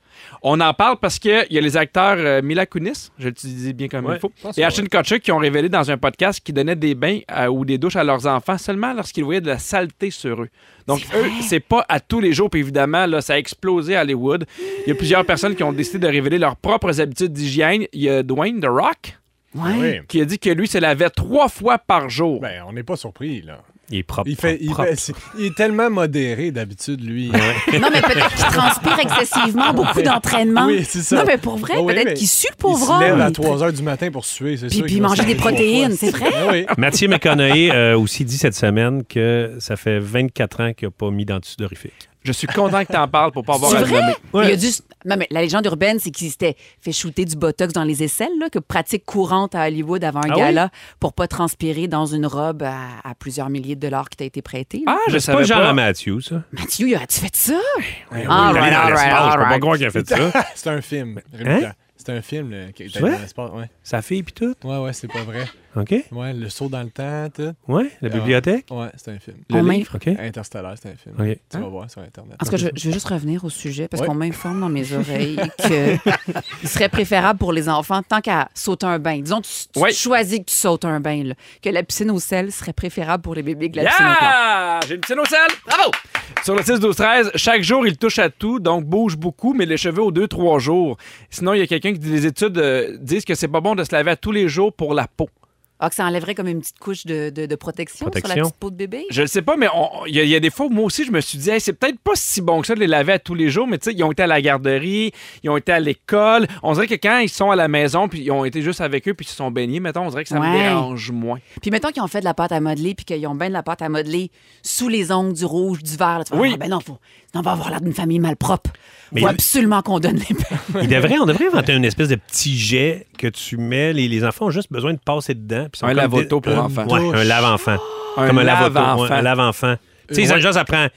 S2: On en parle parce qu'il y a les acteurs euh, Mila Kunis, je l'utilise bien comme
S3: Ouais,
S2: il faut,
S3: je pense
S2: et
S3: que
S2: Ashton Kutcher qui ont révélé dans un podcast qu'ils donnaient des bains euh, ou des douches à leurs enfants seulement lorsqu'ils voyaient de la saleté sur eux. Donc, eux, c'est pas à tous les jours. Puis évidemment, là, ça a explosé à Hollywood. Il y a plusieurs personnes qui ont décidé de révéler leurs propres habitudes d'hygiène. Il y a Dwayne The Rock,
S4: Ouais.
S6: Ah Oui.
S2: qui a dit que lui se lavait trois fois par jour.
S6: Ben, on n'est pas surpris, là.
S3: Il est propre.
S6: Il, fait, il,
S3: propre,
S6: fait- c'est- il est tellement modéré d'habitude, lui.
S4: (laughs) (laughs) Non, mais peut-être qu'ils transpirent excessivement, beaucoup d'entraînement.
S6: (laughs) Oui, c'est ça.
S4: Non, mais pour vrai,
S6: Ah oui, mais
S4: peut-être qu'ils suent le
S6: Il
S4: pauvre
S6: se lève
S4: homme.
S6: à 3 heures du matin pour suer, c'est
S4: Puis-
S6: sûr.
S4: puis
S6: qu'il va se
S4: manger des
S6: lever trois
S4: protéines,
S6: fois.
S4: c'est vrai?
S6: Ah oui.
S3: propre. Mathieu McConaughey a aussi dit cette semaine que ça fait 24 ans qu'il n'a pas mis d'antisudorifique.
S2: Je suis content que t'en parles pour pas avoir
S4: C'est
S2: à le
S4: vrai?
S2: nommer.
S4: Il y a dû s- Non, mais la légende urbaine, c'est qu'il s'était fait shooter du botox dans les aisselles, là, que pratique courante à Hollywood avant un
S3: Ah oui?
S4: gala pour pas transpirer dans une robe à, à plusieurs milliers de dollars qui t'a été prêtée. là.
S2: Ah, je
S3: C'est
S2: savais
S3: pas
S2: pas.
S3: Jean Mathieu, ça.
S4: Mathieu, y a-tu fait ça?
S3: Il
S4: all
S3: est allé
S4: right,
S3: dans
S4: all right,
S3: l'espace,
S4: all
S3: Je peux pas
S4: right.
S3: croire qu'il a fait
S6: (laughs)
S3: ça.
S6: C'est un film. Rémi
S3: Hein?
S6: Pierre. C'est un film là, qui est
S3: vrai?
S6: dans l'espace. Ouais,
S3: Sa fille puis tout.
S6: ouais, ouais c'est pas vrai.
S3: OK?
S6: Ouais, le saut dans le temps, tout.
S3: Ouais, la bibliothèque.
S6: Ouais, c'est un film.
S4: On m'in-
S3: OK?
S6: Interstellar, c'est un film.
S3: OK.
S6: Tu vas voir sur Internet.
S4: En tout cas, je, je veux juste revenir au sujet parce
S6: Ouais.
S4: qu'on m'informe dans mes oreilles que il serait préférable pour les enfants, tant qu'à sauter un bain, disons, tu, tu
S2: Ouais.
S4: choisis que tu sautes un bain, là, que la piscine au sel serait préférable pour les bébés que la piscine au chlore.
S2: Yeah! J'ai une piscine au sel. Bravo! Sur le 6-12-13, chaque jour, il touche à tout, donc bouge beaucoup, mais les cheveux aux 2-3 jours. Sinon, il y a quelqu'un qui dit les études euh, disent que c'est pas bon de se laver à tous les jours pour la peau.
S4: Ah, que ça enlèverait comme une petite couche de, de- de protection, sur la
S3: Protection.
S4: petite peau de bébé?
S2: Je le sais pas, mais on- il y, a- il y a des fois où moi aussi, je me suis dit, Hey, c'est peut-être pas si bon que ça de les laver à tous les jours, mais tu sais, ils ont été à la garderie, ils ont été à l'école. On dirait que quand ils sont à la maison, puis ils ont été juste avec eux, puis ils se sont baignés, mettons, on dirait que ça me
S4: Ouais.
S2: dérange moins.
S4: Puis mettons qu'ils ont fait de la pâte à modeler puis qu'ils ont bien de la pâte à modeler sous les ongles du rouge, du vert. là, tu vas
S2: Oui.
S4: dire, Ah, ben non, faut, sinon on va avoir l'air d'une famille malpropre.
S3: Mais
S4: faut
S3: il-
S4: absolument qu'on donne les bains.
S3: Il devrait, on devrait inventer une espèce de petit jet que tu mets. Les, les enfants ont juste besoin de passer dedans. puis sont
S2: Un
S3: comme
S2: lave-auto pour
S3: un-
S2: enfants.
S3: Ouais, un lave-enfant. Comme un lave-auto.
S2: lave-enfant.
S3: ouais, Un lave-enfant. Tu sais, ça, genre, ça prend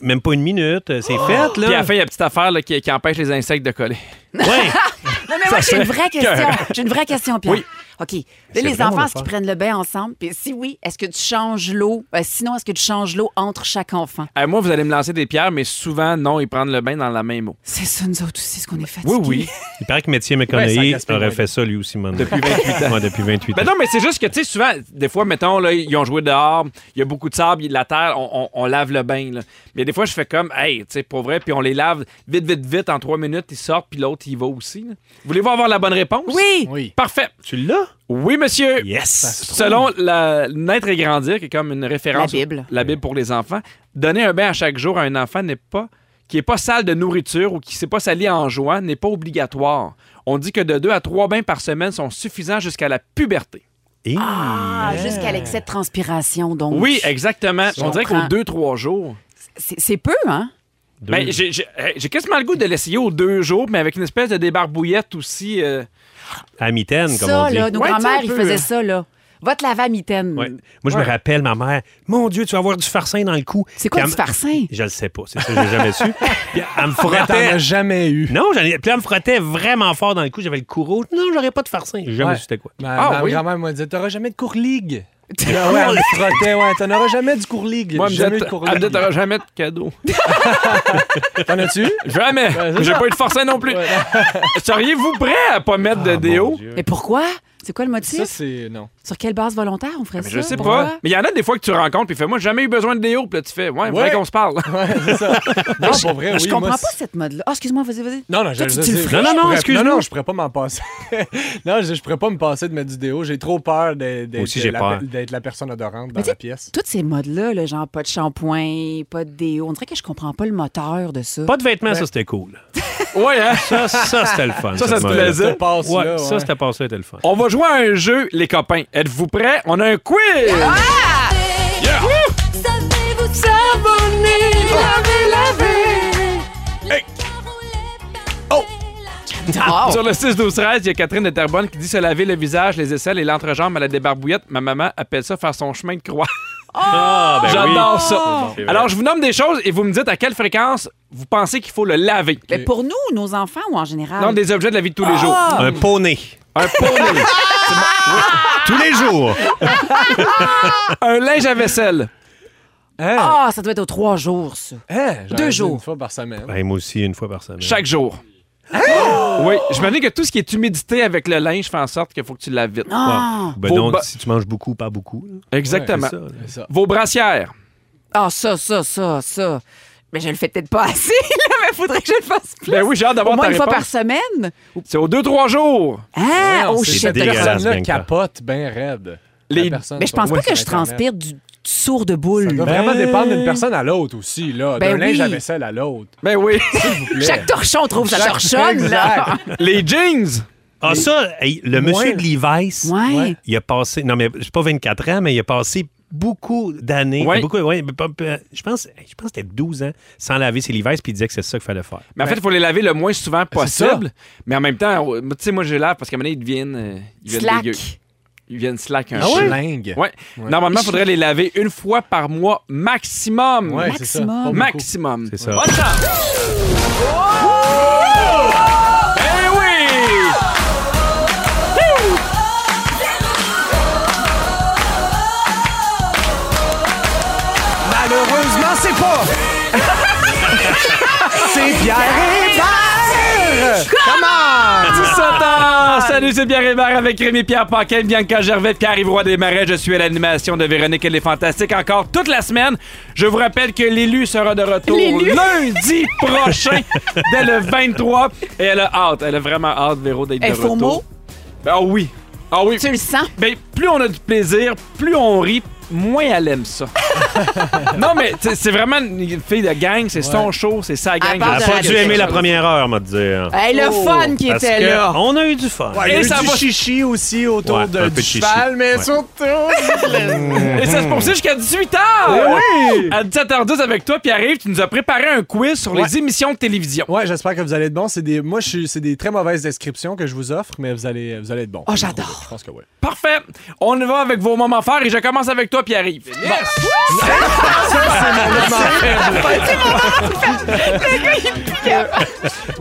S3: même pas une minute. euh, C'est fait,
S2: Oh! Puis à
S3: là.
S2: la fin, il y a une petite affaire là, qui, qui empêche les insectes de coller.
S3: Ouais.
S4: Non, mais moi, j'ai une vraie question. J'ai une vraie question, Pierre.
S2: Oui.
S4: OK. Là, les
S3: vrai, mon
S4: enfants, est-ce
S3: affaire.
S4: qu'ils prennent le bain ensemble? Puis si oui, est-ce que tu changes l'eau? Euh, sinon, est-ce que tu changes l'eau entre chaque enfant?
S2: Euh, moi, vous allez me lancer des pierres, mais souvent, non, ils prennent le bain dans la même eau.
S4: C'est ça, nous autres aussi, ce qu'on est fatigués.
S2: Oui, oui.
S3: Il paraît que Métier
S6: Ouais, ça
S3: McConaughey
S6: gaspille moins.
S3: aurait fait ça lui aussi maintenant.
S2: Depuis 28
S3: ans. depuis 28 ans.
S2: Ben non, mais c'est juste que, tu sais, souvent, des fois, mettons, là, ils ont joué dehors, il y a beaucoup de sable, il y a de la terre, on, on- on lave le bain. là. Mais des fois, je fais comme, hey, tu sais, pour vrai, puis on les lave vite, vite, vite, en trois minutes, ils sortent, puis l'autre, il va aussi. là. Voulez-vous avoir la bonne réponse?
S4: Oui!
S6: Oui.
S2: Parfait.
S3: Tu l'as?
S2: Oui, monsieur.
S3: Yes!
S2: Selon la Naître et grandir, qui est comme une référence.
S4: La Bible.
S2: La Bible pour les enfants. Donner un bain à chaque jour à un enfant n'est pas qui n'est pas sale de nourriture ou qui ne s'est pas sali en jouant n'est pas obligatoire. On dit que de deux à trois bains par semaine sont suffisants jusqu'à la puberté.
S3: Et-
S4: Ah, jusqu'à l'excès de transpiration, donc.
S2: Oui, exactement.
S4: Je
S2: On dirait
S4: comprends.
S2: qu'aux deux, trois jours.
S4: C'est c'est peu, hein?
S3: Deux.
S2: Ben, j'ai- j'ai euh, j'ai quasiment le goût de l'essayer aux deux jours, mais avec une espèce de débarbouillette aussi. euh,
S3: à mitaine, comme on
S4: Ça,
S3: dit.
S4: là, nos
S2: Ouais,
S4: grands-mères,
S2: tu sais,
S4: ils
S2: un peu,
S4: faisaient
S2: euh.
S4: ça, là. Va te laver à mitaine.
S3: Ouais. Moi, je me rappelle, ma mère, mon Dieu, tu vas avoir du farcin dans le cou.
S4: C'est quoi
S3: Puis
S4: du
S3: elle me-
S4: farcin?
S3: Je le sais pas, c'est ça, j'ai jamais su. Puis elle me
S6: Pourrait t'en as
S3: frottait.
S6: jamais eu.
S3: Non, j'en ai- puis elle me frottait vraiment fort dans le cou, j'avais le cou rouge. Non, j'aurais pas de farcin. J'ai jamais
S6: Ouais.
S3: su c'était quoi.
S6: Ma,
S2: Ah,
S6: ma
S2: oui.
S6: grand-mère m'a dit T'auras jamais de cours ligue. Ah ouais, elle me frottait, ouais. T'en auras jamais du cours ligue.
S2: Moi, elle me
S6: jamais eu de
S2: disait,
S6: cours
S2: elle me disait,
S6: ligue.
S2: t'auras jamais de cadeau.
S6: T'en as-tu eu?
S2: Jamais.
S6: c'est
S2: J'ai pas eu de forcin non plus. Seriez-vous prêt à pas mettre de déo?
S4: Mais pourquoi? C'est quoi le
S6: Ça,
S4: motif?
S6: c'est. Non.
S4: Sur quelle base volontaire on ferait
S2: Mais
S4: ça?
S2: je sais
S4: Pourquoi?
S2: pas. Mais il y en a des fois que tu rencontres, puis fais moi, j'ai jamais eu besoin de déo, puis là, tu fais, ouais, faudrait
S6: Ouais.
S2: qu'on se parle. (laughs)
S6: Ouais, c'est ça. Non, Ah, pour vrai, oui.
S4: Je comprends
S6: moi,
S4: pas cette mode-là. Ah, excuse-moi, vas-y, vas-y.
S6: Non, non,
S4: Toi,
S6: je,
S4: tu-
S6: je
S4: tu le
S6: sais, je
S4: ferais? Non, non, non,
S6: pourrais-
S4: excuse-moi.
S6: Non, non, je pourrais pas m'en passer. (laughs) non, je, je pourrais pas me passer de mettre du déo. J'ai trop peur d'être
S3: Moi aussi,
S6: d'être
S3: j'ai
S6: la,
S3: peur.
S6: d'être la personne odorante dans
S4: Mais tu-
S6: la pièce.
S4: Toutes ces modes-là, là, genre pas de shampoing, pas de déo, on dirait que je comprends pas le moteur de ça.
S3: Pas de vêtements, ça, c'était cool.
S2: ouais, hein?
S3: Ça, ça c'était le fun.
S2: Ça, ça
S3: cette
S2: se
S3: mode-là.
S2: plaisait.
S6: Cette passe-là,
S3: Ouais,
S6: ouais.
S3: ça, c'était passé, c'était le fun.
S2: On va jouer à un jeu, les copains. Êtes-vous prêts? On a un quiz!
S11: Savez-vous s'abonner, laver, laver. Oh. Les carreaux, les pavés, la-
S4: Ah,
S2: Sur le 6-12-13, il y a Catherine de Terrebonne qui dit se laver le visage, les aisselles et l'entrejambe à la débarbouillette. Ma maman appelle ça faire son chemin de croix.
S3: Ah, ben oui.
S2: J'adore ça.
S3: C'est vrai.
S2: Alors, je vous nomme des choses et vous me dites à quelle fréquence vous pensez qu'il faut le laver.
S4: Mais pour nous, nos enfants ou en général?
S2: Non, des objets de la vie de tous les jours.
S3: Un poney.
S2: Un poney,
S3: Tous les jours.
S2: un linge à vaisselle,
S6: Hein?
S4: Ah, ça doit être aux trois jours, ça.
S6: Hein? J'en ai dit
S4: jours.
S6: Une fois par semaine.
S3: Ben, moi aussi, une fois par semaine.
S2: chaque jour. Oui, je me dis que tout ce qui est humidité avec le linge fait en sorte qu'il faut que tu le laves vite.
S4: Ah,
S3: Ben
S2: Faut
S3: non,
S2: ba-
S3: si tu manges beaucoup, pas beaucoup. là.
S2: Exactement.
S3: C'est ça, là.
S6: C'est ça.
S2: Vos brassières.
S4: ah ça, ça, ça, ça. Mais je le fais peut-être pas assez, (laughs) là, mais faudrait que je le fasse plus.
S2: Ben oui, j'ai hâte
S4: Au
S2: d'avoir ta
S4: moins une fois par
S2: réponse.
S4: semaine?
S2: C'est aux deux, trois jours.
S4: Ah,
S6: Voyons,
S4: oh
S6: c'est-
S4: shit.
S6: Cette
S4: t'as
S3: dégueulasse,
S6: personne-là
S3: Bianca.
S6: capote bien raide. La
S2: Les-
S6: personne
S4: Mais je pense
S6: sur-
S4: pas que je
S6: sur Internet.
S4: transpire du, du sourd de boule.
S6: Ça doit vraiment dépendre d'une personne à l'autre aussi, là.
S4: Ben
S6: D'un linge à
S4: oui.
S6: vaisselle à l'autre.
S2: Ben oui.
S6: S'il vous plaît.
S4: Chaque torchon trouve sa
S6: Chaque-
S4: torchonne, là.
S6: (laughs) Exact.
S2: les jeans.
S3: Ah, ça, hey, le monsieur de Levi's,
S4: Ouais.
S6: Ouais.
S3: il a passé, non, mais c'est pas 24 ans, mais il a passé beaucoup d'années,
S2: Ouais.
S3: beaucoup, ouais, mais pas- pas- je pense, hey, je pense que c'était 12 ans sans laver ses Levi's, puis il disait que c'est ça qu'il fallait faire.
S2: Mais en fait, il faut les laver le moins souvent
S6: c'est
S2: possible. Mais en même temps, on- tu sais, moi, je les lave parce qu'à un moment donné, ils deviennent, euh, ils deviennent
S4: Slack.
S2: dégueux. Ils viennent slack un
S6: Ah
S2: peu.
S6: Schlingue.
S2: Ouais. Normalement, il faudrait les laver une fois par mois maximum.
S6: Ouais, c'est ça.
S4: Maximum.
S6: Pas beaucoup.
S2: Maximum.
S3: C'est ça.
S2: Bonne chance. Eh oui!
S1: Malheureusement, c'est pas. c'est Pierre Hébert! Comment?
S2: 17 ans! Salut, c'est Pierre Hébert avec Rémi Pierre Paquin, Bianca Gervais, Pierre Roy des Marais. Je suis à l'animation de Véronique et les Fantastiques encore toute la semaine. Je vous rappelle que l'élu sera de retour lundi prochain dès le 23. Et elle a hâte, elle a vraiment hâte, Véro, d'être
S4: Hey,
S2: de
S4: faux
S2: retour.
S4: mot,
S2: Ah oui! Ah oui!
S4: tu le sens?
S2: Ben, plus on a du plaisir, plus on rit, moins elle aime ça. non, mais c'est c'est vraiment une fille de gang, c'est son show, c'est sa gang.
S4: Elle parle
S3: Elle a
S4: de
S3: pas
S4: radio,
S3: dû aimer
S4: quelque
S3: la
S4: chose.
S3: première heure, m'a dit. hein.
S2: Ah,
S4: Hey, le fun qui
S3: Parce
S4: était
S3: que
S4: là.
S3: on a eu du fun.
S6: Il y a
S2: Et
S6: eu
S2: ça
S6: du
S2: va-
S6: chichi aussi autour
S3: Ouais, un
S6: de,
S3: peu de
S6: du
S3: chichi.
S6: cheval, mais
S3: Ouais.
S6: surtout...
S2: Et ça se poursuit jusqu'à 18 h À 17h12 avec toi, puis arrive, tu nous as préparé un quiz sur
S6: Ouais.
S2: les émissions de télévision.
S6: Ouais, j'espère que vous allez être bons. C'est des, moi, je suis- c'est des très mauvaises descriptions que je vous offre, mais vous allez, vous allez être bons.
S4: Oh, j'adore.
S6: Je pense que oui.
S2: Parfait. On y va avec vos moments forts et je commence avec toi, puis arrive. Yes.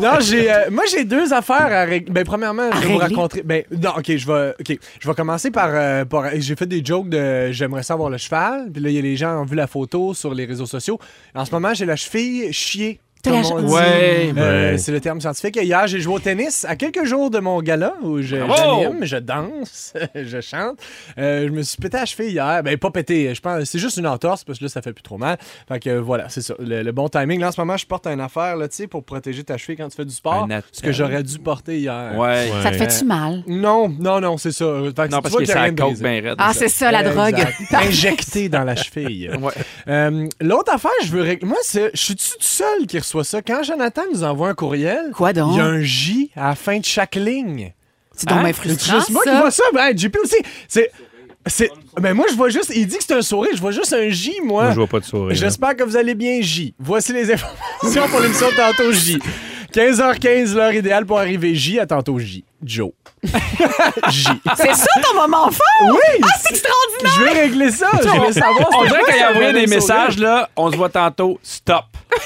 S6: Non, j'ai. euh, moi, j'ai deux affaires à régler. Ben, premièrement, je vais vous
S4: régler?
S6: raconter. Ben, non, OK, je vais. OK. Je vais commencer par. euh, par- j'ai fait des jokes de j'aimerais savoir le cheval. Puis là, il y a les gens qui ont vu la photo sur les réseaux sociaux. En ce moment, j'ai la cheville chier.
S4: T'as la che-
S2: Ouais.
S6: Euh,
S3: Ouais.
S6: C'est le terme scientifique. Et Hier, j'ai joué au tennis à quelques jours de mon gala où je-
S2: Bravo!
S6: j'anime, je danse, (laughs) je chante. Euh, je me suis pété à la cheville hier. Ben, pas pété. Je pense c'est juste une entorse parce que là, ça fait plus trop mal. Fait que euh, voilà, c'est ça. Le, le bon timing. Là, en ce moment, je porte une affaire là, tu sais, pour protéger ta cheville quand tu fais du sport.
S2: Un attel.
S6: Ce que j'aurais dû porter hier.
S2: Ouais.
S4: Ça te fait-tu mal?
S6: Non, non, non, c'est ça. Fait que
S2: Non,
S6: tu
S2: parce
S6: vois
S2: que
S6: qu'il y a
S2: ça
S6: rien de
S2: coke
S6: brisé.
S2: bien raide.
S4: Ah, c'est ça, la drogue.
S6: Exact. Injecté dans
S2: (laughs)
S6: la cheville. Euh, L'autre affaire, je veux régler. Moi, c'est. Je suis-tu tout seul qui reçoit ça? Quand Jonathan nous envoie un courriel,
S4: Quoi donc?
S6: il y a un J à la fin de chaque ligne.
S4: Hein? C'est donc bien
S6: C'est
S4: frustrant,
S6: juste moi qui
S4: ça.
S6: vois ça. Ben, hey, JP aussi. C'est. c'est- Mais moi, je vois juste. Il dit que c'est un sourire. Je vois juste un J, moi.
S3: Moi, je vois pas de sourire.
S6: J'espère que vous allez bien, J. Voici les (laughs) informations pour l'émission de tantôt J. 15h15, l'heure idéale pour arriver J à tantôt J. Joe. (laughs) J.
S4: C'est ça ton moment fort?
S6: Oui!
S4: C'est extraordinaire!
S6: Je vais régler ça. Je vais savoir.
S2: Ah, On
S6: c'est
S2: dirait
S6: quoi
S2: qu'il y a
S6: ça,
S2: envoyé des
S6: Madame
S2: messages, là, on se voit tantôt, stop.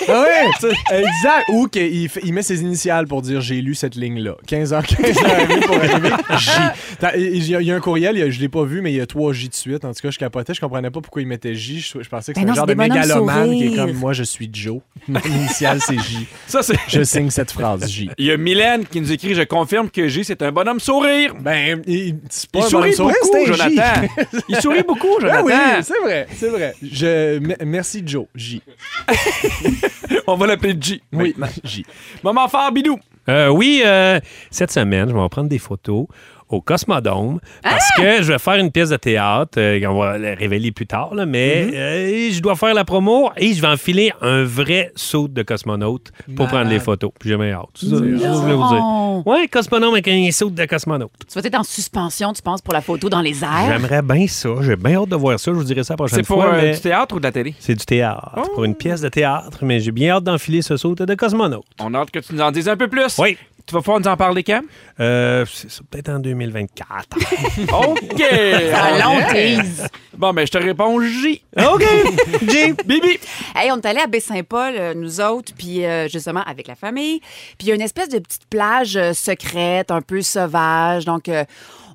S6: Ah ouais, tu- exact. Ou qu'il fait- il met ses initiales pour dire j'ai lu cette ligne-là. 15h15 pour arriver. J. T'as- Il y, a- il y a un courriel, il y a- je l'ai pas vu, mais il y a 3 J de suite. En tout cas, je capotais, je comprenais pas pourquoi il mettait J. Je, je pensais que c'était
S4: Ben non,
S6: un genre de
S4: c'est des bonhommes
S6: mégalomane qui est
S4: sourires.
S6: comme moi, je suis Joe. Mon initiale, c'est J.
S2: Ça, c'est.
S6: Je signe cette phrase, J.
S2: Il y a Mylène qui nous écrit Je confirme que J, c'est un bonhomme sourire.
S6: Ben, il, c'est pas
S2: Il
S6: un
S2: sourit
S6: bon sourire,
S2: beaucoup,
S6: c'est un J.
S2: Jonathan. Il sourit
S6: (laughs)
S2: beaucoup,
S6: Ah
S2: Jonathan.
S6: oui,
S2: (laughs)
S6: c'est vrai, c'est vrai. Je, me- merci Joe, J.
S2: On va l'appeler J.
S6: Oui, J.
S2: Moment fort, Bidou.
S3: Euh, oui, euh, cette semaine, je vais en prendre des photos au Cosmodome parce que je vais faire une pièce de théâtre euh, qu'on va la révéler plus tard, là, mais euh, je dois faire la promo et je vais enfiler un vrai saut de cosmonaute pour prendre les photos. Puis j'ai bien hâte. C'est ça, c'est ça que je voulais vous dire.
S4: Non.
S3: Ouais, cosmonome avec un saut de cosmonaute.
S4: Tu vas être en suspension, tu penses, pour la photo dans les airs.
S3: J'aimerais bien ça. J'ai bien hâte de voir ça. Je vous dirai ça la prochaine
S2: C'est pour
S3: fois.
S2: euh,
S3: mais
S2: du théâtre ou de la télé
S3: C'est du théâtre, pour une pièce de théâtre, mais j'ai bien hâte d'enfiler ce saut de cosmonaute.
S2: On a hâte que tu nous en dises un peu plus.
S3: Oui.
S2: Tu vas pouvoir nous en parler quand
S3: Euh, c'est ça, peut-être en 2024.
S2: OK.
S4: Ça long
S2: Bon, ben, je te réponds J.
S3: OK! Jim!
S2: Bibi.
S4: Hey, on est allé à Baie-Saint-Paul, euh, nous autres, puis euh, justement avec la famille. Puis il y a une espèce de petite plage euh, secrète, un peu sauvage. Donc, euh,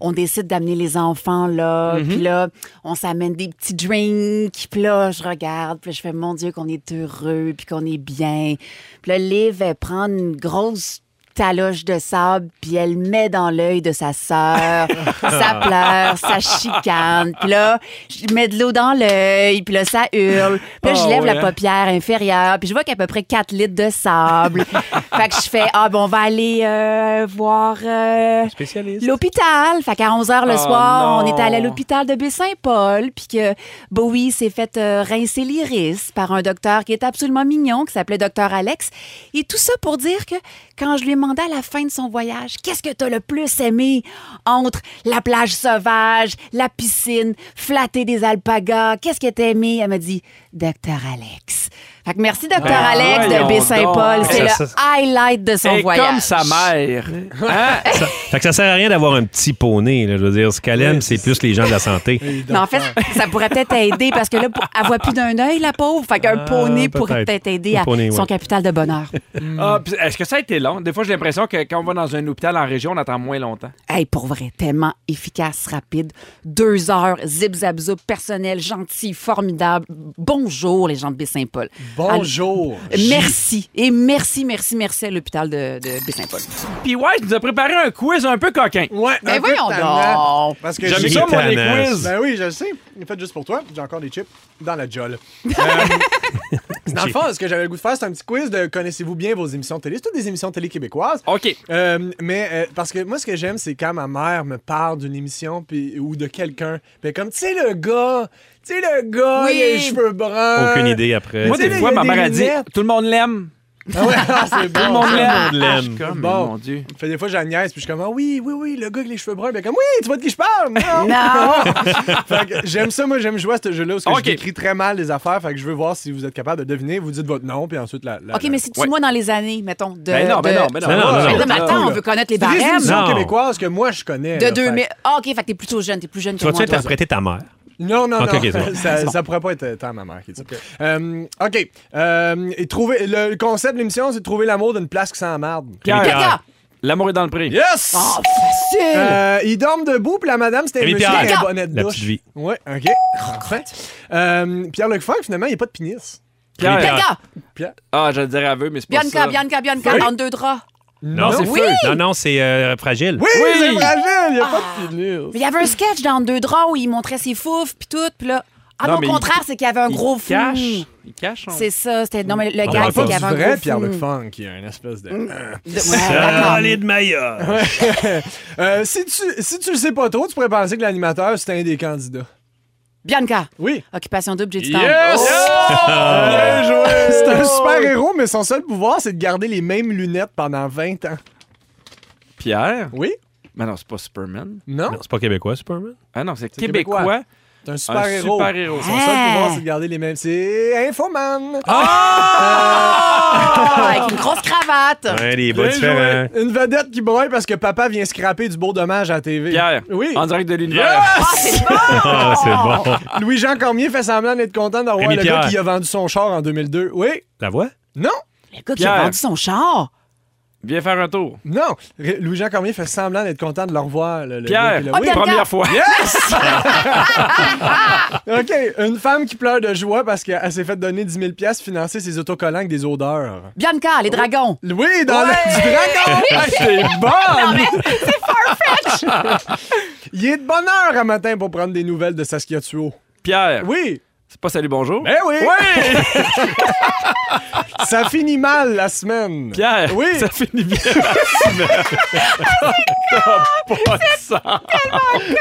S4: on décide d'amener les enfants là. Puis là, on s'amène des petits drinks. Puis là, je regarde. Puis là, je fais, mon Dieu, qu'on est heureux, puis qu'on est bien. Puis là, Liv, elle prend une grosse taloche de sable, puis elle met dans l'œil de sa sœur. ça pleure, ça chicane. Puis là, je mets de l'eau dans l'œil, puis là, ça hurle. Puis là, je
S2: Ah
S4: lève
S2: ouais,
S4: la
S2: hein?
S4: paupière inférieure, puis je vois qu'à peu près 4 litres de sable. fait que je fais, ah, bon, on va aller euh, voir...
S3: (laughs)
S4: euh,
S3: Spécialiste.
S4: L'hôpital. Fait qu'à 11 h le
S2: Oh
S4: soir,
S2: non.
S4: on est allé à l'hôpital de Baie-Saint-Paul, puis que Bowie s'est fait euh, rincer l'iris par un docteur qui est absolument mignon, qui s'appelait Docteur Alex. Et tout ça pour dire que quand je lui ai demandé à la fin de son voyage, qu'est-ce que t'as le plus aimé entre la plage sauvage, la piscine, flatter des alpagas, qu'est-ce que t'as aimé? Elle m'a dit Docteur Alex. Fait que merci, Docteur
S2: Ben,
S4: Alex
S2: voyons
S4: de Baie-Saint-Paul.
S2: donc. Eh,
S4: C'est
S3: Ça,
S4: le
S3: ça, ça-
S4: highlight de son
S2: Et
S4: voyage.
S2: comme sa mère. Hein?
S3: Ça, fait que ça sert à rien d'avoir un petit poney. là. Je veux dire, ce qu'elle aime, c'est plus les gens de la santé.
S4: Mais en fait, ça pourrait peut-être aider parce que là, pour- elle voit plus d'un œil, la pauvre. Fait qu'un
S3: Ah,
S4: poney pourrait
S3: peut-être.
S4: peut-être aider
S3: Un
S4: à
S3: poney, ouais.
S4: son capital
S3: (laughs)
S4: de bonheur.
S2: Ah, puis Est-ce que ça a été long? Des fois, j'ai l'impression que quand on va dans un hôpital en région, on attend moins longtemps.
S4: hey, pour vrai, tellement efficace, rapide. Deux heures, zip zap zoup, personnel, gentil, formidable. Bonjour, les gens de Baie-Saint-Paul.
S6: Bonjour.
S4: Allô- Merci. Et merci, merci, merci à l'hôpital de, de Baie-Saint-Paul.
S2: Puis White nous a préparé un quiz un peu coquin.
S6: Ouais, un
S4: Mais
S6: peu
S4: ben voyons
S6: tannant.
S4: donc.
S6: Parce que
S2: J'aime
S6: j'ai-
S2: ça, moi, les
S3: Tanasse.
S2: quiz.
S6: Ben oui, je le sais. Fait juste pour toi. J'ai encore des chips dans la jolle. dans le
S3: J'ai-
S6: fond, ce que j'avais le goût de faire, c'est un petit quiz de connaissez-vous bien vos émissions de télé. C'est toutes des émissions de télé québécoises.
S2: OK.
S6: Euh, mais euh, parce que moi, ce que j'aime, c'est quand ma mère me parle d'une émission puis- ou de quelqu'un. Puis comme, tu sais, le gars, tu sais, le gars,
S4: Oui.
S6: il a les cheveux bruns.
S3: Aucune idée après.
S2: Moi,
S6: tu sais,
S2: des
S6: là,
S2: fois,
S6: il y
S2: ma
S6: a
S2: mère a
S6: Euh, des
S2: dit
S6: lunettes.
S2: Tout le monde l'aime.
S6: Ah (laughs) ouais, ah, c'est bon.
S2: Tout le monde l'aime.
S3: monde l'aime.
S2: Ah, je suis comme,
S6: Bon.
S2: Mon Dieu.
S6: Fait des fois, j'ai la niaise, puis je suis comme, ah oui, oui, oui, le gars avec les cheveux bruns. Ben comme, oui, tu vois de qui je parle? Non! (laughs) Fait que j'aime ça, moi, j'aime jouer à ce jeu-là, parce que
S2: Ok.
S6: je décris très mal les affaires, fait que je veux voir si vous êtes capable de deviner. Vous dites votre nom, puis ensuite la... la-
S4: OK,
S6: la-
S4: mais c'est-tu
S2: Ouais.
S4: moi dans les années, mettons, de...
S2: Ben non, ben
S4: de-
S2: non,
S3: Ben
S2: ben non.
S3: non, ben Euh, non.
S4: Mais non, mais
S2: Ah,
S4: attends, on veut connaître les
S6: C'est des
S4: barèmes
S6: émissions
S3: Non.
S6: québécoises que moi, je connais.
S4: de
S6: là, fait que-
S4: 2000. Ah, OK, fait que t'es plus jeune, t'es plus jeune que
S3: Tu vas-tu
S4: moi. toi.
S3: interpréter ta mère?
S6: Non, non,
S3: Ok,
S6: non.
S3: ok, c'est bon.
S6: (laughs) ça, ça pourrait pas être euh, tant ma mère qui dit ça. Euh, OK. Euh, et trouver, le concept de l'émission, c'est de trouver l'amour d'une place qui s'en marde.
S4: Caca!
S2: L'amour est dans le prix.
S6: Yes!
S4: Oh, facile!
S6: Euh, ils dorment debout, puis la madame, c'était un
S3: Rémi
S6: monsieur
S3: Pierre.
S6: qui a un bonnet de
S3: La
S6: douche.
S3: petite vie.
S6: Ouais, OK.
S4: Oh,
S6: Parfait. Euh, Pierre-Luc Franck, finalement, il n'y a pas de pénis.
S2: Pierre.
S4: Caca!
S2: Ah, je le dirais aveu, mais c'est pas
S4: Bianca,
S2: ça.
S4: Bianca, Bianca,
S6: Oui.
S4: en deux draps.
S3: Non, c'est
S4: Oui!
S3: feu. Non, non, c'est euh, fragile.
S6: Oui,
S2: Oui!
S6: c'est fragile, il n'y a
S4: Ah,
S6: pas de pénis.
S4: Mais il y avait un sketch dans deux draps où il montrait ses fouf puis tout, puis là. Ah
S2: Non,
S4: non,
S2: mais
S4: au
S2: il-
S4: contraire, c'est qu'il y avait un
S2: Il
S4: gros fou.
S2: cache. Il cache. son-
S4: C'est ça, c'était non mais le
S3: On
S4: gars
S3: parle
S4: c'est Mm.
S3: pas
S4: qu'il y
S6: C'est
S4: avait un
S6: du
S4: gros
S6: vrai
S4: fou.
S6: Pierre-Luc Franck, qui a une espèce de...
S4: De- ouais, d'accord.
S3: Salé de Maya.
S6: Euh, si, tu, si tu le sais pas trop, tu pourrais penser que l'animateur, c'était un des candidats.
S4: Bianca,
S6: Oui.
S4: occupation double, j'ai du temps.
S6: Yes! Ah. Bien joué! (laughs) C'est un
S4: Oh!
S6: super-héros, mais son seul pouvoir, c'est de garder les mêmes lunettes pendant 20 ans.
S2: Pierre.
S6: Oui?
S2: Mais non, c'est pas Superman.
S6: Non?
S3: Non, c'est pas québécois, Superman.
S2: Ah non, c'est
S6: québécois.
S2: québécois.
S6: C'est un
S2: Un
S6: super-héros.
S2: super-héros.
S6: Son seul pouvoir, c'est de garder les mêmes... C'est Infoman!
S4: Ah, avec une grosse cravate.
S3: Ouais, les bas
S6: Bien
S3: différents.
S6: joué. Une vedette qui broye parce que papa vient scraper du beau dommage à la TV.
S2: Pierre.
S6: Oui.
S2: En direct de l'univers.
S6: Yes!
S4: Ah, c'est bon!
S3: (laughs) Ah, c'est bon.
S6: Louis-Jean Cormier fait semblant d'être content d'avoir
S3: Rémi
S6: le gars
S3: Pierre.
S6: qui a vendu son char en 2002. Oui.
S3: La voix?
S6: Non.
S4: Le gars qui a
S2: Pierre.
S4: vendu son char.
S2: Viens faire un tour.
S6: Non. Ré- Louis-Jean Cormier fait semblant d'être content de le revoir. le- le
S2: Pierre.
S6: gars qui l'a-
S4: Ah,
S6: ben, oui.
S4: Bianca.
S2: Première fois.
S6: OK. Une femme qui pleure de joie parce qu'elle s'est fait donner 10 000 pièces financer ses autocollants avec des odeurs.
S4: Bianca, les dragons.
S6: Oui, dans le... Du dragon! Ah, C'est bon! (laughs) Il est de bonne heure à matin pour prendre des nouvelles de Saskia Tuo.
S2: Pierre.
S6: Oui!
S2: C'est pas salut bonjour.
S6: Ben oui! (laughs) Ça finit mal la semaine.
S2: Pierre.
S6: Oui.
S2: Ça finit bien la semaine. T'as pas de sens.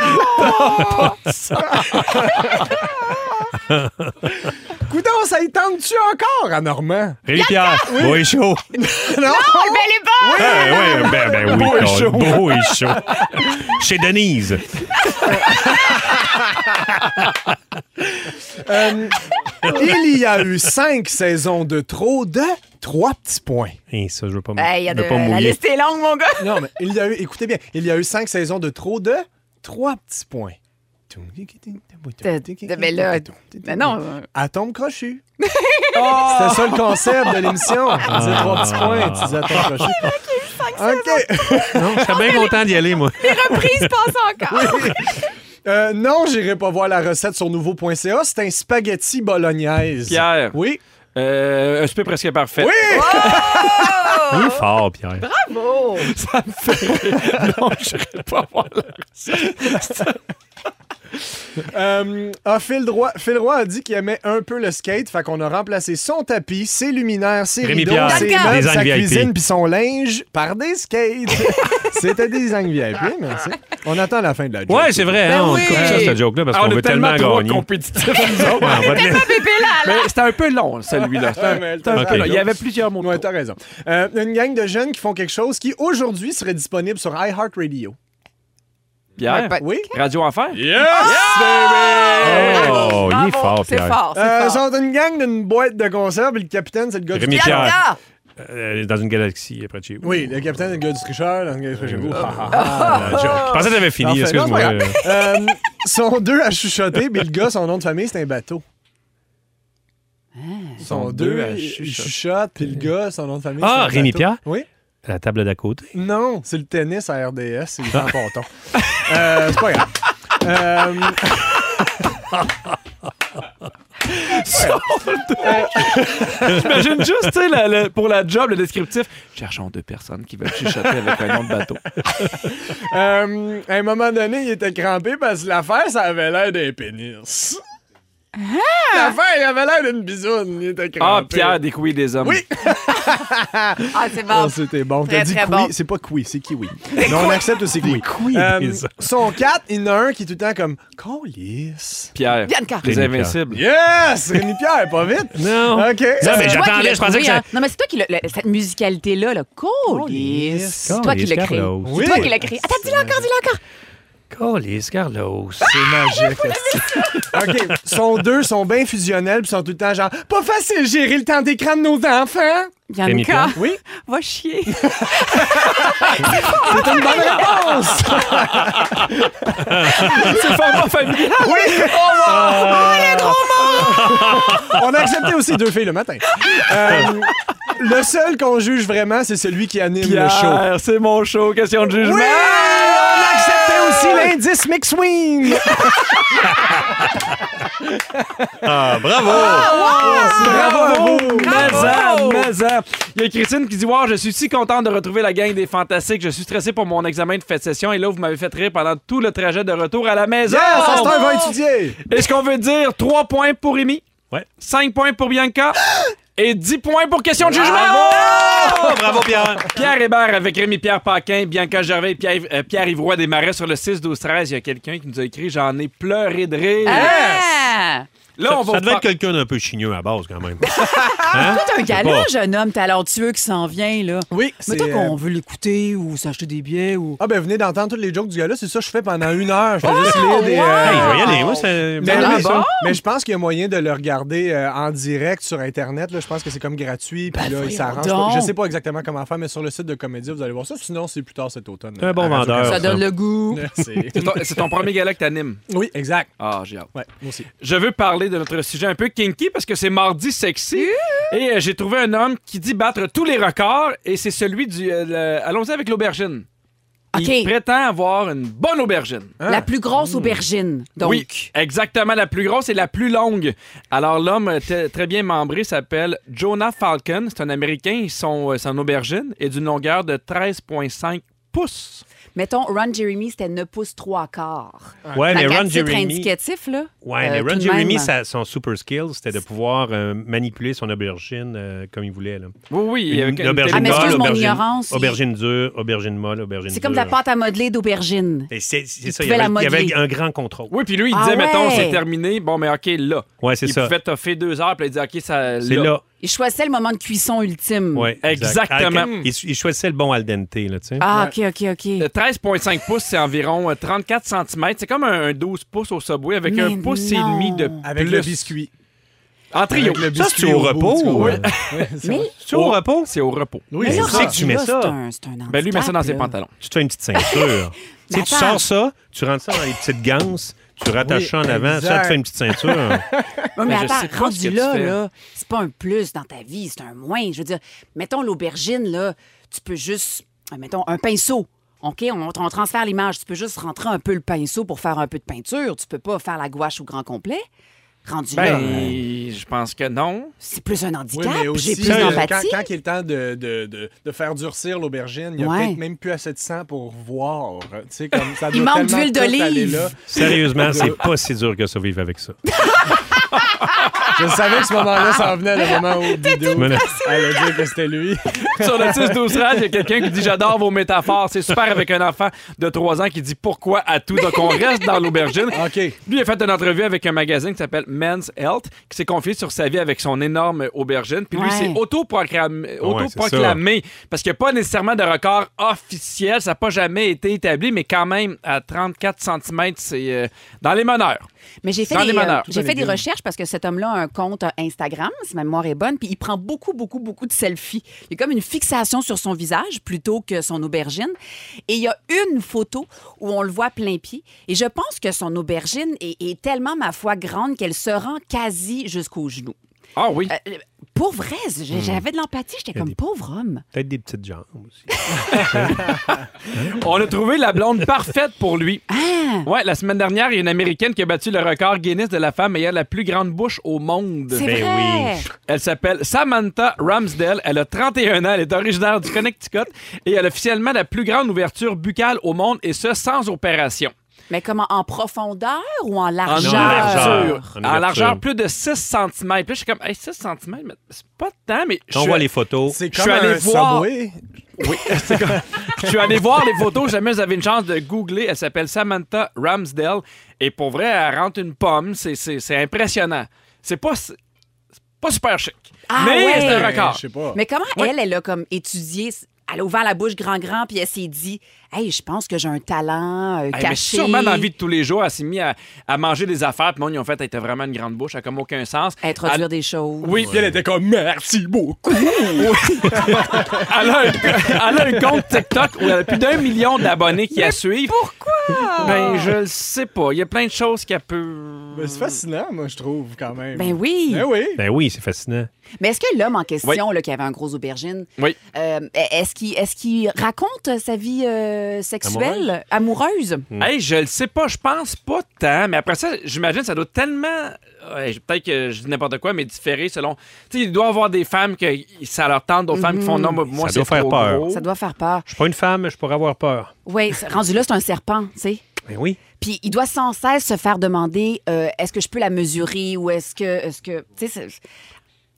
S6: Coudon, ça y tente-tu encore à Normand?
S3: Rémi Pierre. Beau et chaud. Ah,
S6: Non!
S3: ouais, ben, ben oui.
S6: Beau et
S3: Colin,
S6: chaud.
S3: Beau et chaud. Chez Denise.
S6: Euh, il y a eu cinq saisons de trop de trois petits points.
S3: Hey, ça, je veux pas me,
S4: Hey, il y a
S3: je veux
S4: de-
S3: pas me
S4: la
S3: mouiller.
S4: liste est longue, mon gars.
S6: Non, mais il y a eu, écoutez bien, il y a eu cinq saisons de trop de trois petits points.
S4: De- de- mais là, Mais non, euh,
S6: Atome crochu.
S3: Oh!
S6: C'était ça le concept de l'émission.
S3: Ah.
S6: Tu disais trois petits points, tu disais atome crochu. OK.
S3: Non, je serais bien content d'y aller,
S4: (laughs)
S3: moi.
S4: reprise passe encore.
S6: Euh, non, j'irai pas voir la recette sur nouveau.ca. C'est un spaghetti bolognaise.
S2: Pierre.
S6: Oui.
S2: Euh, un souper presque parfait.
S6: Oui!
S4: Oh.
S3: Oui, fort, Pierre.
S2: Non, je n'irai (laughs) pas voir là.
S6: Euh, ah, Phil, Roy, Phil Roy a dit qu'il aimait un peu le skate, fait qu'on a remplacé son tapis, ses luminaires, ses
S3: Rémi
S6: rideaux,
S3: Pierre,
S6: ses
S4: Duncan.
S6: meubles,
S3: Design
S6: sa
S3: VIP.
S6: cuisine puis son linge par des skates. C'était des designs VIP, merci. On attend la fin de la joke.
S3: Ouais, c'est vrai.
S6: Ben
S3: hein, on
S2: oui.
S3: coupe ça, cette joke-là, parce
S2: Ah,
S3: qu'on
S2: est
S3: veut tellement
S2: trop
S3: gagner.
S2: compétitifs, nous
S3: Ouais, on
S2: autres.
S3: va te laisser-
S2: Mais c'était un peu long, celui-là. C'était
S6: (laughs)
S2: un-
S6: mais
S2: c'était un
S3: ok.
S2: peu long. Il y avait plusieurs mots. de
S6: Ouais,
S2: trop.
S6: t'as raison. Euh, une gang de jeunes qui font quelque chose qui aujourd'hui serait disponible sur iHeartRadio.
S2: Pierre,
S4: ben,
S6: Oui?
S2: Radio Enfer. Ah!
S3: Oh, il est fort,
S4: C'est
S3: Pierre.
S4: fort, c'est
S6: Euh, sont
S4: fort.
S6: une gang d'une boîte de conserve et le capitaine, c'est le gars
S3: Rémi
S6: du
S3: Pierre.
S4: Bianca!
S3: Euh, Dans une galaxie, après de chez vous.
S6: Oui, le capitaine, c'est le gars du tricheur. le gars du tricheur. Ah, ah, ah.
S3: Ah, la joke. Je pensais que t'avais fini,
S6: Parfait.
S3: excuse-moi.
S6: Non, c'est pas grave. Euh, sont deux à chuchoter, mais le gars, son nom de famille, c'est un bateau. Sont deux à chuchoter, puis le gars, son nom de famille.
S3: Ah,
S6: c'est un
S3: Rémi
S6: bateau.
S3: Pierre?
S6: Oui.
S3: La table d'à côté.
S6: Non, c'est le tennis à RDS, c'est le ponton. Euh, c'est pas grave. Euh,
S2: J'imagine juste, tu sais, la- la- pour la job, le descriptif. Cherchons deux personnes qui veulent chuchoter avec un nom de bateau.
S6: euh, à un moment donné, il était crampé parce que l'affaire, ça avait l'air d'un pénis.
S4: Ah!
S6: L'affaire, il avait l'air d'une bisoune. Il était
S2: Ah,
S6: crampé.
S2: Pierre, des couilles des hommes.
S3: (laughs)
S6: Oui.
S4: Ah, c'est
S6: Ah,
S4: bon.
S6: c'était bon. T'as
S4: Très,
S6: dit
S4: très
S6: kiwi.
S4: bon.
S6: C'est pas kiwi, c'est kiwi. Non, on accepte aussi kiwi. Euh,
S3: des hommes.
S6: son 4, il y en a un qui est tout le temps comme Colis.
S2: Pierre,
S4: Bianca.
S2: les
S3: Rémi
S2: invincibles.
S6: Yes! Rémi Pierre, pas vite.
S3: Non.
S6: OK.
S3: Non, Ah, mais
S4: C'est toi qui
S3: j'attendais,
S4: l'as
S3: je pensais
S4: trouvé,
S3: que ça-
S4: hein. Non, mais c'est toi qui l'as. le- Cette musicalité-là, le colis. C'est toi qui
S3: Colis
S4: l'as créé.
S3: Carlos.
S4: C'est
S6: Oui.
S4: toi qui l'as créé. Attends, dis-le encore, dis-le encore.
S3: Colis Carlos.
S6: C'est magique. OK. Son 2 sont bien fusionnels puis sont tout le temps genre Pas facile de gérer le temps d'écran de nos enfants.
S4: (laughs)
S3: Rémi
S4: Bianca,
S3: Pierre.
S6: Oui.
S4: va chier.
S6: C'est une bonne réponse!
S2: Ah, C'est format familial.
S6: Oui! (laughs) On a accepté aussi deux filles le matin. Euh, le seul qu'on juge vraiment, c'est celui qui anime le show.
S2: Pierre, c'est mon show, question de jugement.
S6: Oui! On a accepté aussi l'indice McSween!
S8: Ah, bravo!
S2: Bravo! Bravo! Il y a Christine qui dit Wow, je suis si contente de retrouver la gang des Fantastiques. Je suis stressée pour mon examen de fête session et là, vous m'avez fait rire pendant tout le trajet de retour à la maison.
S6: Yes, ça c'est un va étudier!
S2: Est-ce qu'on veut dire 3 points pour Rémi,
S3: Ouais.
S2: 5 points pour Bianca (gasps) et 10 points pour question de jugement? Oh!
S8: Ah, bravo, Pierre!
S2: Pierre Hébert avec Rémi Pierre Paquin, Bianca Gervais et Pierre, euh, Pierre Ivroy des Marais sur le 6-12-13. Il y a quelqu'un qui nous a écrit J'en ai pleuré de rire.
S4: Ah!
S2: Là, on
S8: ça
S2: va
S8: devait
S2: vous
S8: être quelqu'un d'un peu chigneux à base, quand
S6: (laughs)
S8: même.
S3: Hein?
S4: Tout un galant,
S8: pas.
S4: jeune homme talentueux qui s'en vient, là.
S6: Oui, c'est.
S4: Mais toi
S6: euh,
S4: qu'on veut l'écouter ou s'acheter des billets ou.
S6: Ah ben venez d'entendre toutes les jokes du gars-là, c'est ça que je fais pendant une heure. Je fais juste lire des. euh,
S8: Hey, je vais y aller. Moi, c'est.
S6: Mais,
S4: Ah
S6: mais-
S4: bon?
S6: mais je pense qu'il y a moyen de le regarder euh, en direct sur Internet. là. Je pense que c'est comme gratuit. Puis là, il
S4: voyons
S6: s'arrange.
S4: donc.
S6: Je sais pas exactement comment faire, mais sur le site de Comédia, vous allez voir ça. Sinon, c'est plus tard cet automne.
S3: Un bon
S6: à Radio-
S3: vendeur.
S4: Ça donne le goût.
S6: C'est-
S2: C'est ton, c'est ton premier gala que t'animes.
S6: oui, exact.
S2: Ah, j'ai hâte.
S6: Ouais, moi aussi.
S2: Je veux parler de notre sujet un peu kinky parce que c'est mardi sexy. Et euh, j'ai trouvé un homme qui dit battre tous les records et c'est celui du. euh, le- Allons-y avec l'aubergine. Il
S4: OK.
S2: prétend avoir une bonne aubergine.
S3: Ah.
S4: La plus grosse
S3: Hmm.
S4: aubergine. Donc.
S2: Oui, exactement. La plus grosse et la plus longue. Alors, l'homme euh, t- très bien membré s'appelle Jonah Falcon. C'est un Américain. Son, euh, son aubergine est d'une longueur de 13,5 pouces.
S4: Mettons, Ron Jeremy, c'était 9 pouces 3 quarts.
S3: Ouais,
S4: Fait
S3: mais
S4: qu'à
S3: Ron
S4: titre
S3: Jeremy.
S4: indicatif, là.
S3: Ouais,
S4: euh,
S3: mais
S4: tout
S3: Ron
S4: de même.
S3: Jeremy, sa- son super skill, c'était de pouvoir euh, manipuler son aubergine euh, comme il voulait. Là.
S2: Oui, oui. il y a
S3: Une,
S2: une-
S3: aubergine
S4: Ah, mais excuse
S3: molle,
S4: mon
S3: aubergine-
S4: ignorance, il-
S3: Aubergine dure, aubergine molle, aubergine
S4: C'est comme de la
S3: dure.
S4: pâte à modeler d'aubergine.
S3: Et C'est c'est
S4: Il
S3: ça, il y,
S4: pouvait
S3: avait,
S4: la
S3: il y avait
S4: modeler.
S3: un grand contrôle.
S2: Oui, puis lui, il
S4: Ah
S2: disait, mettons,
S4: ouais.
S2: c'est terminé. Bon, mais OK, là.
S3: Ouais, c'est
S2: il
S3: ça.
S2: pouvait toffer deux heures, puis il disait, OK, ça.
S3: C'est là.
S4: Il choisissait le moment de cuisson ultime.
S3: Ouais, exact.
S2: Exactement.
S3: Ah, Il, il choisissait le bon al dente, là, tu sais.
S4: Ah, OK, OK,
S2: Le
S4: OK.
S2: 13,5 pouces, c'est environ euh, 34 cm. C'est comme un un 12 pouces au subway avec
S4: Mais
S2: un pouce et
S4: non.
S2: demi de
S6: Avec
S2: plus.
S6: le biscuit.
S2: En trio.
S6: Avec le
S3: Ça,
S6: biscuit
S3: c'est au
S6: bout,
S3: repos,
S6: tu vois.
S3: ouais.
S6: Oui, c'est
S4: Mais-
S6: vrai.
S3: Tu es au repos,
S2: C'est au repos.
S6: Oui,
S4: Mais
S6: c'est
S4: là,
S3: c'est
S6: ça.
S3: que tu mets
S4: rendu
S3: ça.
S4: là, C'est un, c'est un
S2: Ben lui, met ça dans
S4: handicap,
S2: ses
S4: là.
S2: pantalons.
S3: tu te fais une petite
S4: (laughs)
S3: ceinture. tu sais, tu
S4: attends.
S3: sors ça, tu rentres ça dans les petites ganses, tu rattaches
S6: Oui,
S3: ça en avant, ça,
S6: exact.
S3: tu fais une petite ceinture.
S4: Ouais,
S2: Mais
S4: mais,
S2: Ben, je sais
S4: attends,
S2: pas ce que
S4: rendu
S2: tu
S4: là,
S2: fais.
S4: là, c'est pas un plus dans ta vie, c'est un moins. Je veux dire, mettons l'aubergine, là, tu peux juste, euh, mettons, un pinceau. OK, on, on transfère l'image. Tu peux juste rentrer un peu le pinceau pour faire un peu de peinture. Tu peux pas faire la gouache au grand complet. Rendu
S2: Ben,
S4: là,
S2: je pense que non.
S4: c'est plus un
S6: Oui,
S4: handicap.
S6: mais aussi,
S4: J'ai plus
S6: euh, quand,
S4: d'empathie.
S6: quand il est le temps de, de, de, de faire durcir l'aubergine, il n'y a
S4: Ouais.
S6: peut-être même plus assez de sang pour voir. Tu sais, comme ça
S4: Il
S6: doit
S4: manque
S6: tellement
S4: d'huile
S6: tout aller
S4: d'olive.
S6: là.
S3: Sérieusement, c'est pas si dur que ça vivre avec ça.
S6: Je savais que ce moment-là s'en venait, le moment où Bidou
S3: Mais là-
S6: allait dire que c'était lui.
S2: Sur le 6 12 il y a quelqu'un qui dit J'adore vos métaphores. C'est super avec un enfant de 3 ans qui dit Pourquoi à tout Donc, on reste dans
S4: (laughs)
S2: l'aubergine.
S6: OK.
S2: Lui a fait une entrevue avec un magazine qui s'appelle Men's Health, qui s'est confié sur sa vie avec son énorme aubergine. Puis lui,
S4: Ouais.
S2: s'est autoproclam- autoproclamé, parce qu'il n'y a pas nécessairement de record officiel, ça n'a pas jamais été établi, mais quand même, à 34 cm, c'est euh, dans les meneurs.
S4: Mais j'ai fait,
S2: Dans
S4: des,
S2: les meneurs.
S4: euh, j'ai fait des recherches parce que cet homme-là a un compte euh, Instagram, si ma mémoire est bonne, puis il prend beaucoup, beaucoup, beaucoup de selfies. Il y a comme une fixation sur son visage plutôt que son aubergine. Et il y a une photo où on le voit plein pied. Et je pense que son aubergine est, est tellement, ma foi, grande qu'elle se rend quasi jusqu'aux genoux.
S2: Ah oui.
S4: Euh, euh, pour vrai, j'ai- j'avais de l'empathie. J'étais
S3: y a
S4: comme
S3: des-
S4: pauvre homme.
S3: Peut-être des petites jambes aussi.
S2: On a trouvé la blonde parfaite pour lui.
S4: Ah!
S2: Ouais, la semaine dernière, il y a une Américaine qui a battu le record Guinness de la femme ayant la plus grande bouche au monde.
S4: C'est
S3: Ben
S4: vrai!
S2: Elle s'appelle Samantha Ramsdale. Elle a 31 ans. Elle est originaire du Connecticut et elle a officiellement la plus grande ouverture buccale au monde et ce, sans opération.
S4: Mais comment, en profondeur ou en
S2: En
S4: largeur?
S3: largeur. En
S2: ouverture. En
S3: ouverture.
S2: largeur, plus de 6 cm. Puis là, je suis comme, hey, 6 cm, mais c'est pas tant, mais je
S3: On
S2: suis-
S3: voit les photos.
S6: C'est
S2: Je suis
S6: comme
S2: allé
S6: un
S2: voir-
S6: subway.
S2: Je suis allé voir les photos. (laughs) Jamais vous avez une chance de googler. Elle s'appelle Samantha Ramsdale. Et pour vrai, elle rentre une pomme. C'est, c'est- c'est impressionnant. C'est pas, c'est pas super chic.
S4: Ah
S2: mais
S4: ouais.
S2: c'est un
S6: Euh,
S2: record.
S6: Je sais pas.
S4: Mais comment
S2: Ouais.
S4: elle, elle a comme étudié s- elle a ouvert la bouche grand, grand, puis elle s'est dit Hey, je pense que j'ai un talent euh,
S2: Hey, Ben, mais
S4: caché.
S2: sûrement dans la vie de tous les jours, elle s'est mise à, à manger des affaires. Puis moi, ils ont fait, elle était vraiment une grande bouche. Elle a comme aucun sens.
S4: Introduire
S2: Elle-
S4: des choses.
S2: Oui, puis elle était comme merci beaucoup. Oui. elle, a un, (laughs) elle a un compte TikTok où elle a plus d'un million d'abonnés qui la suivent. (laughs) Pourquoi? Ben, je le sais pas. Il y a plein de choses qu'elle peut.
S6: Ben, c'est fascinant, moi, je trouve, quand même.
S4: Ben oui.
S6: Ben oui.
S3: Ben oui, c'est fascinant.
S4: Mais est-ce que l'homme en question, là, qui avait un gros aubergine,
S2: Oui.
S4: euh, est-ce qu'il est-ce qu'il raconte euh, sa vie euh, sexuelle amoureuse?
S3: Mm.
S2: Hey, je le sais pas, je pense pas tant, mais après ça, j'imagine ça doit tellement. Ouais, je- Peut-être que je dis n'importe quoi, mais différer selon. Tu sais, il doit y avoir des femmes que ça leur tente, d'autres femmes qui font non, moi, moi,
S3: Mm-hmm. Ça
S2: c'est
S3: doit faire
S2: trop
S3: peur.
S2: gros.
S4: Ça doit faire peur.
S3: Je suis pas une femme, mais je pourrais avoir peur.
S4: Oui, rendu là, c'est un serpent, tu sais.
S3: Ben oui.
S4: Puis il doit sans cesse se faire demander euh, est-ce que je peux la mesurer ou est-ce que. Est-ce que tu sais, c'est-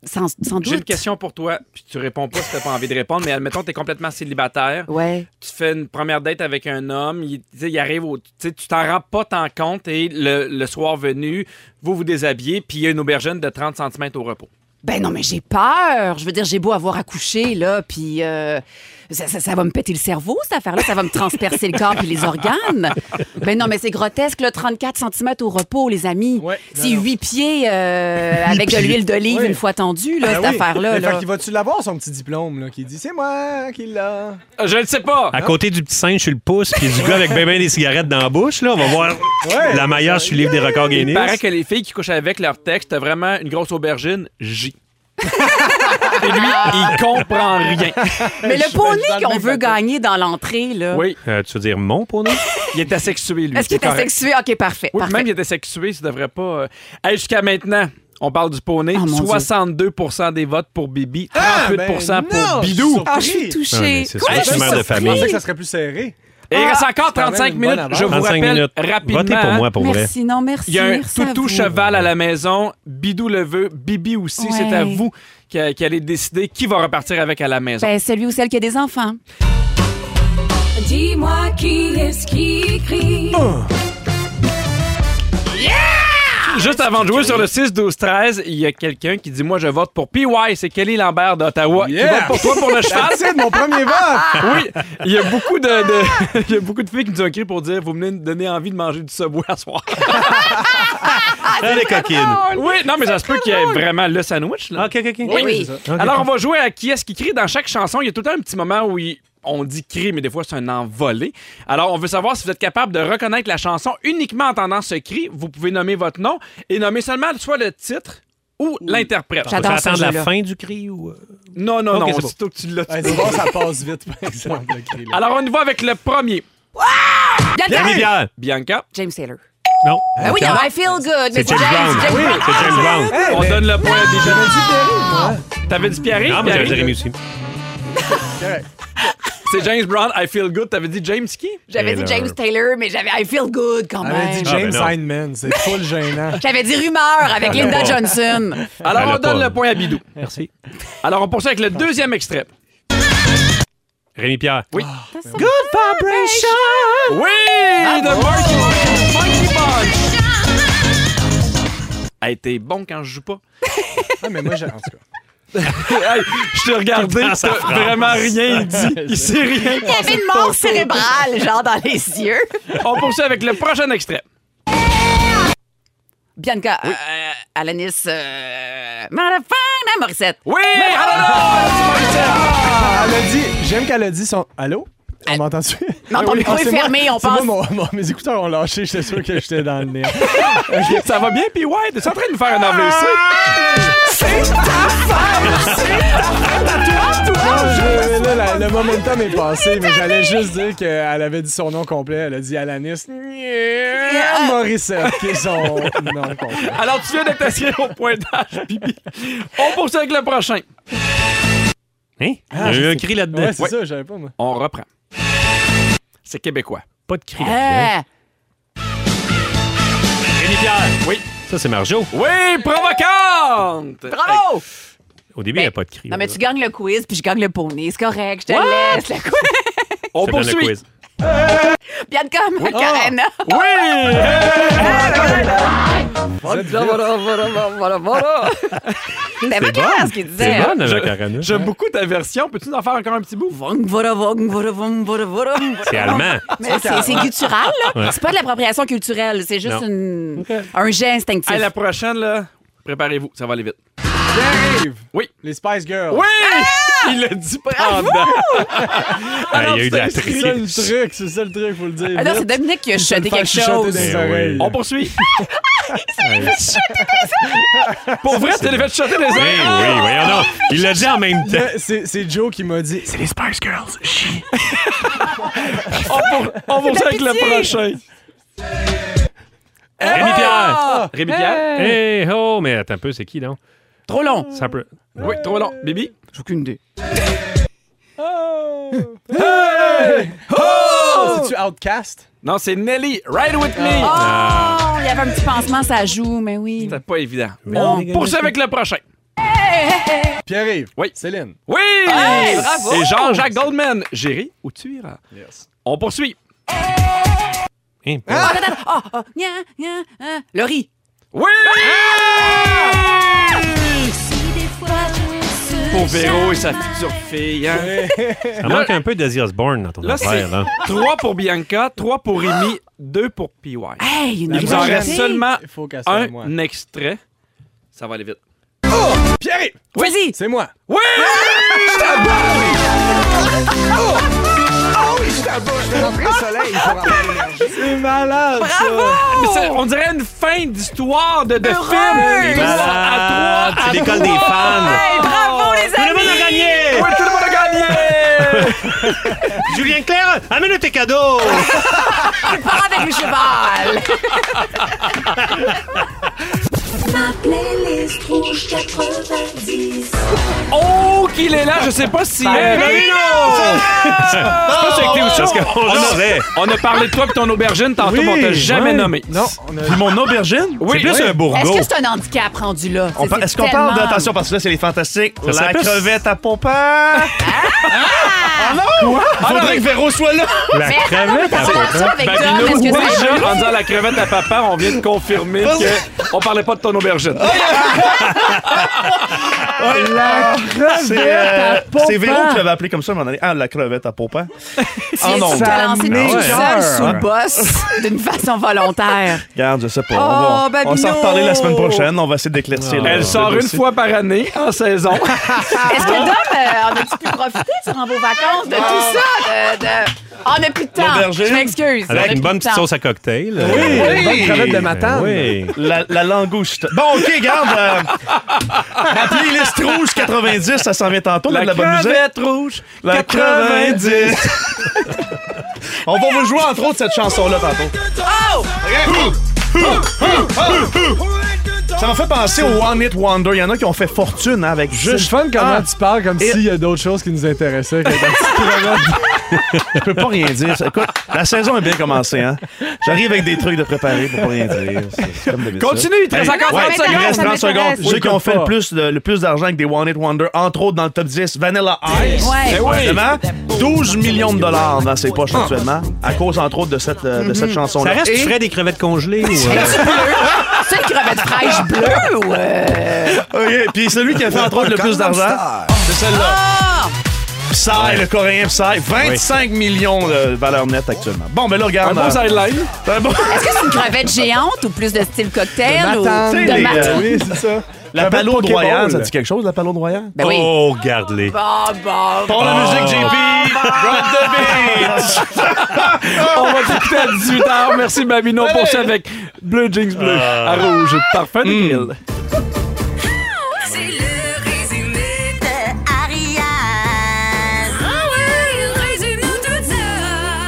S4: sans, sans doute.
S2: J'ai une question pour toi, puis tu réponds pas si t'as pas envie de répondre, mais admettons, t'es complètement célibataire.
S4: Ouais.
S2: tu fais une première date avec un homme, il, tu sais, il arrive au. tu sais, Tu t'en rends pas tant compte et le, le soir venu, vous vous déshabillez, puis il y a une aubergine de 30 cm au repos.
S4: Ben non, mais j'ai peur. Je veux dire, j'ai beau avoir accouché, là, puis euh, ça, ça- ça va me péter le cerveau, cette affaire-là. Ça va me transpercer le corps puis les organes. Ben non, mais c'est grotesque, là. 34 cm au repos, les amis.
S6: Ouais.
S4: c'est
S6: Non, non.
S4: 8 pieds euh, avec de l'huile d'olive
S6: Oui.
S4: une fois tendue, là,
S6: Ben
S4: cette
S6: oui.
S4: affaire-là.
S6: Mais
S4: là.
S6: Fait qu'il va-tu l'avoir, son petit diplôme, là, qui dit c'est moi qui l'a.
S2: Je le sais pas!
S3: À côté du petit singe sur le pouce, puis du gars avec ben ben des cigarettes dans la bouche, là, on va voir
S6: Ouais.
S3: la meilleure sur le livre des records
S2: Il
S3: Guinness.
S2: paraît que les filles qui couchent avec leur texte, t'as vraiment une grosse aubergine,
S4: (laughs)
S2: J. et lui, il comprend
S4: (laughs)
S2: rien.
S4: Mais le
S6: Je- je donne
S4: poney qu'on
S6: même
S4: veut
S6: pas.
S4: gagner dans l'entrée, là.
S2: Oui,
S3: Euh, tu veux dire mon poney?
S2: il est asexué, lui.
S4: Est-ce qu'il
S2: C'est
S4: est
S2: correct.
S4: asexué? OK, parfait.
S2: Oui, puis
S4: parfait.
S2: même il est asexué, ça devrait pas. euh, Hey, jusqu'à maintenant, on parle du poney.
S4: Oh, mon Dieu.
S2: 62 des votes pour Bibi, 38
S3: ben
S2: pour
S6: Ah, ben non,
S2: Bidou.
S6: suis
S4: Ah, je suis
S6: surpris.
S3: Ah,
S4: touchée.
S3: mais c'est
S4: Quoi,
S3: ça,
S4: je
S3: c'est
S4: suis
S3: mère de
S4: surprise.
S6: Je
S3: famille.
S6: pensais que ça serait plus serré.
S2: Et il reste
S3: Ah,
S2: encore
S3: ben,
S6: quand même
S2: 35
S6: une
S2: minutes.
S6: bonne avance.
S2: Je vous
S3: 35
S2: rappelle
S3: minutes.
S2: rapidement.
S3: Votez pour moi, pour vrai.
S4: Merci, non, merci.
S2: Il y a un
S4: merci à
S2: toutou
S4: vous.
S2: cheval à la maison. Bidou le veut. Bibi aussi.
S4: Ouais.
S2: C'est à vous que- qui allez décider qui va repartir avec à la maison.
S4: Ben, celui ou celle qui a des enfants.
S11: Dis-moi qui est-ce qui écrit.
S2: Juste avant de jouer sur le 6-12-13, il y a quelqu'un qui dit Moi, je vote pour PY. C'est Kelly Lambert d'Ottawa. Qui
S6: Yeah!
S2: vote pour toi pour le cheval.
S6: Ah, C'est mon premier vote.
S4: (laughs)
S2: Oui, il y a beaucoup de, de- (laughs) il y a beaucoup de filles qui nous ont écrit pour dire Vous venez me donner envie de manger du subway à soir.
S3: Ah, les coquines.
S2: (laughs) oui, non, mais ça se peut qu'il y ait vraiment le sandwich. Là.
S3: OK, OK, OK.
S4: Oui.
S6: c'est ça.
S3: Ok.
S2: Alors, on va jouer à qui est-ce qui crie. Dans chaque chanson, il y a tout le temps un petit moment où il- on dit cri, mais des fois, c'est un envolé. Alors, on veut savoir si vous êtes capable de reconnaître la chanson uniquement en entendant ce cri. Vous pouvez nommer votre nom et nommer seulement soit le titre ou l'interprète.
S4: J'adore.
S3: Faut-tu
S4: ce
S3: attendre
S4: jeu-là.
S3: la fin du cri ou... euh?
S2: Non, non,
S3: Ok,
S2: non.
S3: c'est bon.
S2: Aussitôt que tu l'as. tu-
S6: Ouais, c'est bon, ça passe vite, par exemple. le cri,
S4: Ah.
S6: là.
S2: Alors, on y va avec le premier.
S4: Bianca-
S3: Pierre Rivière.
S2: Bianca.
S4: James Taylor.
S3: Non.
S4: Ben oui, non, I feel good. mais
S3: C'est James Brown.
S4: James Brown.
S3: C'est James Brown.
S2: on donne le point à Bianca.
S4: Ah,
S2: T'avais dit Pierre.
S3: ben. Non, mais j'avais Jérémy aussi.
S2: C'est James Brown, I feel good. T'avais dit James qui?
S4: J'avais dit
S3: Taylor.
S4: James Taylor, mais j'avais I feel good quand
S6: Elle avait
S4: même.
S6: dit
S3: Ah, ben
S6: James
S3: non.
S6: Heinemann, c'est full gênant.
S4: J'avais dit rumeur avec Linda Johnson.
S3: (laughs)
S2: Alors,
S3: Elle
S2: on
S3: a
S2: donne
S3: pas.
S2: le point à Bidou.
S3: Merci.
S2: Alors, on poursuit avec le deuxième extrait.
S3: Rémi Pierre.
S2: Oui.
S7: Vibration.
S2: Oui!
S3: Ah
S2: The Marky Mark Funky Bunch! Hey, t'es bon quand je joue pas.
S6: Ah, mais moi, j'ai. En tout cas.
S2: Hey, je te regardais,
S3: Dans sa
S2: t'as
S3: phrase. (laughs)
S2: vraiment rien dit. Il sait rien.
S4: Il y avait une mort cérébrale, genre dans les yeux.
S2: On poursuit avec le prochain extrait.
S4: Bianca, euh, Alanis, euh, Madafana Morissette.
S2: Oui! Alanis Morissette!
S6: Elle a dit, j'aime qu'elle a dit son. Allô? On m'entend-tu?
S4: Non, ton
S6: Ah oui,
S4: micro
S6: ah,
S4: est
S6: c'est moi.
S4: fermé, on
S6: C'est
S4: pense.
S6: Moi, mon- mon- mes écouteurs ont lâché, j'étais sûr que j'étais dans le
S4: (laughs)
S6: nez.
S2: Ça va bien, puis ouais, t'es en train de nous faire un AVC.
S3: Ah!
S6: Je- là, la- le momentum est passé, mais j'allais juste dire qu'elle avait dit son nom complet. Elle a dit Alanis Morissette, qui est son nom complet.
S2: Alors, tu viens de t'asseoir au point d'âge, Bibi. On poursuit avec le prochain.
S3: Hein? Il y a eu un cri là-dedans.
S6: Ouais, c'est ça, j'avais pas, moi.
S2: On reprend. C'est québécois.
S3: Pas de cri là-dedans.
S4: Euh,
S3: Rémi Pierre.
S2: Oui.
S3: Ça, c'est Marjo.
S2: Oui, provocante!
S4: bravo!
S3: Au début, il n'y a pas de cri.
S4: Non, mais
S3: là.
S4: tu gagnes le quiz, puis je gagne le poney. C'est correct, je te laisse. Le quiz. (laughs)
S3: Je
S2: On
S3: te donne le
S2: poursuit.
S3: quiz. Ah.
S4: (laughs) Bianca Macarena.
S2: Oui!
S4: Voilà, voilà, voilà, voilà, voilà. C'était
S3: C'est
S4: vraiment
S3: bon.
S4: ce qu'il disait.
S3: C'est
S4: hein.
S3: bon, la macarena.
S2: J'aime beaucoup ta version. Peux-tu nous en faire encore un petit bout?
S4: Vong, vora, vong, vora, vong, vora, vora, vong, vora.
S3: C'est allemand.
S4: Mais C'est c'est culturel, là.
S3: Ouais.
S4: C'est pas de l'appropriation culturelle, c'est juste
S3: Non.
S4: une- un jet instinctif.
S2: Hey, la prochaine, là, préparez-vous, ça va aller vite.
S6: Dave!
S2: Oui.
S6: Les Spice Girls.
S4: Ah!
S2: Oui! Il l'a dit pendant.
S3: Ah, Il y a eu de la
S6: C'est ça le
S3: triche.
S6: truc, c'est ça le truc, faut le dire.
S4: Ah non,
S6: vite.
S4: c'est Dominique qui a chuté quelque
S6: Faire chuchoter
S4: chose.
S6: dans les
S3: Eh oui.
S6: oreilles.
S2: On poursuit. Pour vrai, tu l'as fait chanter les
S3: Ah, Oui,
S2: oreilles.
S3: oui, voyons donc. Il l'a dit en même temps.
S6: Le- C'est c'est Joe qui m'a dit c'est les Spice Girls. Chut.
S2: On pour- On poursuit avec le prochain.
S3: Rémi Pierre.
S2: Rémi
S4: Euh.
S2: Pierre.
S3: Hey, oh, mais attends un peu, c'est qui, donc?
S4: Trop long.
S3: Ça peut...
S2: Oui, trop long. Bibi.
S4: J'ai aucune idée.
S6: Oh, C'est-tu Outcast?
S2: Non, c'est Nelly. Ride with me.
S4: Oh, il y avait un petit pansement, ça joue, mais oui. Oh,
S2: C'était pas évident. On poursuit avec le prochain.
S6: Pierre-Yves.
S2: Oui.
S6: Céline.
S2: Oui!
S4: Hey, bravo!
S2: C'est Jean-Jacques Goldman. J'ai ri ou tu iras.
S6: Yes.
S2: On poursuit.
S3: Hein,
S4: Oh, oh, gna, gna, hein. Le riz.
S2: Oui!
S4: Ah!
S2: Pour Véro et
S4: Ah!
S2: sa future fille. hein.
S3: Ça manque un peu d'Asie Osborne dans ton
S2: Là, c'est
S3: affaire, là.
S2: 3 pour Bianca, 3 pour Rémi, 2 pour PY.
S4: Hey, une
S2: Il nous en
S6: prochaine.
S2: reste seulement
S6: Il faut qu'elle soit à moi.
S2: un extrait. Ça va aller vite.
S6: Pierre-Yves.
S4: Vas-y.
S6: C'est moi.
S2: Oui!
S6: C'est malade.
S2: Mais c'est- On dirait une fin d'histoire de, de film.
S4: Heureuse!
S2: à trois, à
S3: C'est l'école des fans.
S4: Hey,
S2: Oh.
S4: bravo, les
S3: Tout le monde a
S4: amis.
S3: gagné!
S2: Oui, tout le monde a gagné!
S3: Julien Claire, amène tes cadeaux!
S4: On part avec le
S8: (laughs)
S4: cheval.
S11: Ma playlist rouge 90.
S2: Oh, qu'il est là! Je sais pas si. euh, Hey, (laughs)
S3: Pas sur Clé Show, on aurait.
S2: On a parlé de toi et ton aubergine tantôt, mais on t'a jamais nommé.
S6: Non, on a.
S8: Puis mon aubergine,
S2: Oui,
S8: c'est plus
S2: oui.
S8: un bourgo.
S4: Est-ce que c'est un handicap rendu là?
S8: On par- Est-ce qu'on parle de... Attention, parce que là, c'est les fantastiques. la
S3: s'appelle-
S8: crevette à Pompin.
S3: Ah
S8: Faudrait que Véro soit là.
S3: La crevette à
S4: Attention
S3: Pompin.
S8: Bah,
S4: avec Dom,
S2: Babino,
S4: est-ce Ah, que c'est...
S2: déjà, en disant la crevette à papa, on vient de confirmer qu'on parlait pas de ton aubergine.
S8: C'est euh, c'est Véro qui l'avait appelé comme ça, à un moment donné. Ah, la crevette à Pompin.
S4: Tu viens de te lancer
S8: m'écoeure.
S4: tout seul sous le boss d'une façon volontaire.
S8: Regarde, je sais
S4: Oh,
S8: pas. on va, on va s'en
S4: Babino.
S8: reparler la semaine prochaine. On va essayer d'éclaircir. le-
S2: Elle
S8: le
S2: sort une
S8: dossier.
S2: fois par année en saison.
S4: Est-ce que Dom, euh, en as-tu pu profiter durant vos vacances de tout ça? De, de- Ah, on n'a plus de temps.
S8: L'aubergine.
S4: Je m'excuse. On a
S3: Avec
S4: plus
S3: une bonne
S4: de
S3: petite
S4: temps.
S3: sauce à cocktail.
S8: Oui,
S3: Euh,
S8: une bonne crevette de
S6: matane.
S3: Oui.
S8: La, la langouste. Bon, OK, regarde. euh, ma playlist rouge 90, ça s'en vient tantôt. mais
S2: La
S8: de la bonne musique.
S2: crevette rouge.
S8: La 90. (laughs) On va vous jouer, entre autres, cette chanson-là tantôt. Ça m'a fait penser au One Hit Wonder. Il y en a qui ont fait fortune hein, avec
S6: C'est le
S8: juste...
S6: fun comment
S8: Ah.
S6: tu parles comme
S8: Et-
S6: s'il y a d'autres choses qui nous intéressaient
S8: (laughs)
S6: que ta petite crevette.
S8: Je peux pas rien dire. Écoute, la saison est bien commencée. Hein? J'arrive avec des trucs de préparer pour pas rien dire. C'est- c'est comme d'habitude.
S2: Continue, il te reste encore
S8: Ouais,
S2: 30
S8: il
S2: secondes.
S8: reste 30 secondes.
S6: On
S8: Ceux qui ont
S6: l'écoute
S8: fait
S6: pas.
S8: le plus, de- le plus d'argent avec des One Hit Wonder, entre autres dans le top 10, Vanilla Ice.
S4: Ouais.
S2: Eh oui.
S8: Évidemment, 12 millions de dollars dans ses poches actuellement, à cause, entre autres, de cette, euh, de cette chanson-là.
S3: Ça reste,
S8: Et-
S3: tu ferais des crevettes congelées ou. euh,
S4: C'est une crevette fraîche bleue ou... euh,
S8: OK, Puis celui qui a fait, entre autres, le plus d'argent, c'est celle-là.
S4: Ah!
S8: Psy, le coréen Psy, 25 millions de valeur nette actuellement. Bon, mais là,
S2: Un
S8: regarde.
S2: bon
S8: euh,
S2: sideline.
S8: c'est un bon-
S4: Est-ce que c'est une crevette géante ou plus de style cocktail? ou
S8: Tu sais,
S4: de
S8: les,
S4: matin?
S8: euh,
S6: oui, c'est ça.
S8: La
S6: Crevette
S8: palaude
S6: Pokéball.
S8: royale, ça dit quelque chose, la palaude royale?
S4: Ben oui.
S3: Oh, regarde-les.
S4: Bon, bon, bon.
S8: Pour la musique, JP, drop the beat!
S2: On va t'écouter à 18h. Merci, Babino. On poursuit avec Bleu Jinx Bleu à rouge. Parfait, Nickel.
S5: C'est le résumé de Ariane. Ah oui, résume tout ça.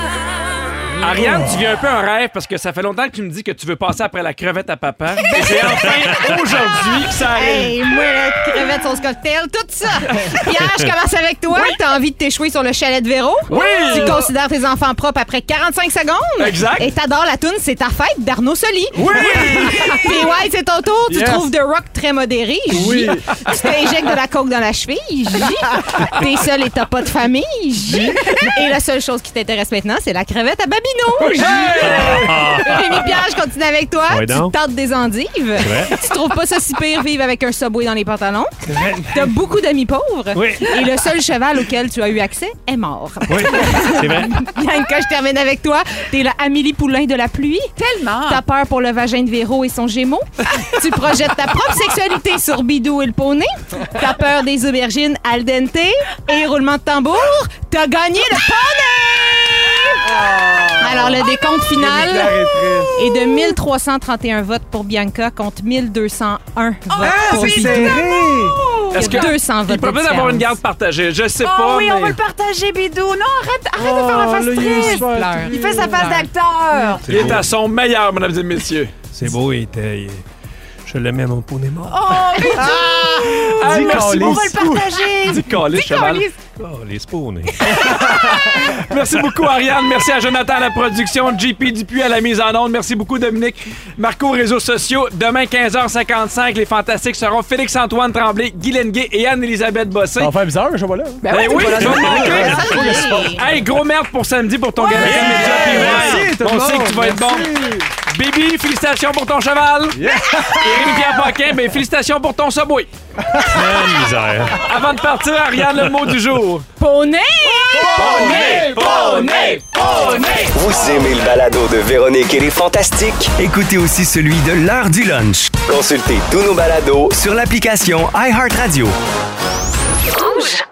S2: Ariane, tu viens un peu un rêve parce que ça fait longtemps que tu me dis que tu veux passer après la crevette à papa.
S4: Ben,
S2: Et c'est enfin aujourd'hui que ça arrive.
S9: Hey, moi, la crevette, sauce cocktail, tout ça! Pierre, je commence avec toi. T'as envie de t'échouer sur le chalet de Véro?
S2: Oui.
S9: Tu considères tes enfants propres après 45 secondes?
S2: Exact.
S9: Et t'adores la toune, c'est ta fête d'Arnaud Soli. Oui! Puis ouais, c'est ton tour. Tu
S6: Yes.
S9: trouves The Rock très modéré. J.
S6: Oui.
S9: Tu t'injectes de la coke dans la cheville. J. T'es seul et t'as pas de famille. J. Et la seule chose qui t'intéresse maintenant, c'est la crevette à Babi. Minou! Rémi Pierre, je continue avec toi.
S3: Ouais,
S9: tu
S3: donc.
S9: tentes des endives.
S3: vrai.
S9: Tu trouves pas ça si pire vivre avec un subway dans les pantalons. T'as beaucoup d'amis pauvres.
S3: Oui.
S9: Et le seul cheval auquel tu as eu accès est mort.
S3: Oui, c'est vrai.
S9: Bianca, je termine avec toi. T'es la Amélie Poulain de la pluie.
S4: Tellement.
S9: T'as peur pour le vagin de Véro et son gémeau. tu projettes ta propre sexualité sur Bidou et le poney. T'as peur des aubergines al dente et roulement de tambour. T'as gagné le poney! Alors, le décompte final est de 1331 votes pour Bianca contre 1201 votes pour Bidou. Il
S2: Est-ce
S9: y a
S2: que-
S9: 200 votes
S2: Il peut
S9: de
S2: peut-être avoir
S9: différence.
S2: une garde partagée. Je sais
S4: Oh
S2: pas.
S4: oui, on
S2: mais-
S4: va le partager, Bidou. Non, arrête, arrête de faire la face triste.
S9: Pleure.
S4: Il fait sa face
S9: Pleure.
S4: d'acteur.
S3: C'est
S2: Il est
S3: beau.
S2: à son meilleur, mesdames et messieurs.
S3: C'est beau, il était. il- Je l'aimais, mon poney mort.
S4: Oh, Bidou,
S2: Hey, merci,
S4: on
S2: beaucoup.
S4: va le partager.
S2: Dis calé, cheval.
S3: Oh, les spawns.
S2: Merci beaucoup, Ariane. Merci à Jonathan à la production, JP Dupuis à la mise en onde. Merci beaucoup, Dominique. Marco, aux réseaux sociaux. Demain, 15h55, les Fantastiques seront Félix-Antoine Tremblay, Guy Lenguet et Anne-Elisabeth Bossé.
S6: Ça va faire bizarre, je vois là.
S2: Ben oui, tu vas manquer. Hey, gros merde pour samedi pour ton gars.
S6: Merci, tout le
S2: On sait
S6: monde.
S2: que tu vas être bon. Bibi, félicitations pour ton cheval. Et Rémi-Pierre Paquin, ben, félicitations pour ton subway.
S3: Quelle misère.
S2: Avant de partir, Ariane, le mot du jour.
S9: Poney!
S2: Poney, poney, poney.
S12: Vous aimez le balado de Véronique et les Fantastiques?
S13: Écoutez aussi celui de l'heure du lunch
S12: Consultez tous nos balados
S13: sur l'application iHeartRadio.
S5: Rouge.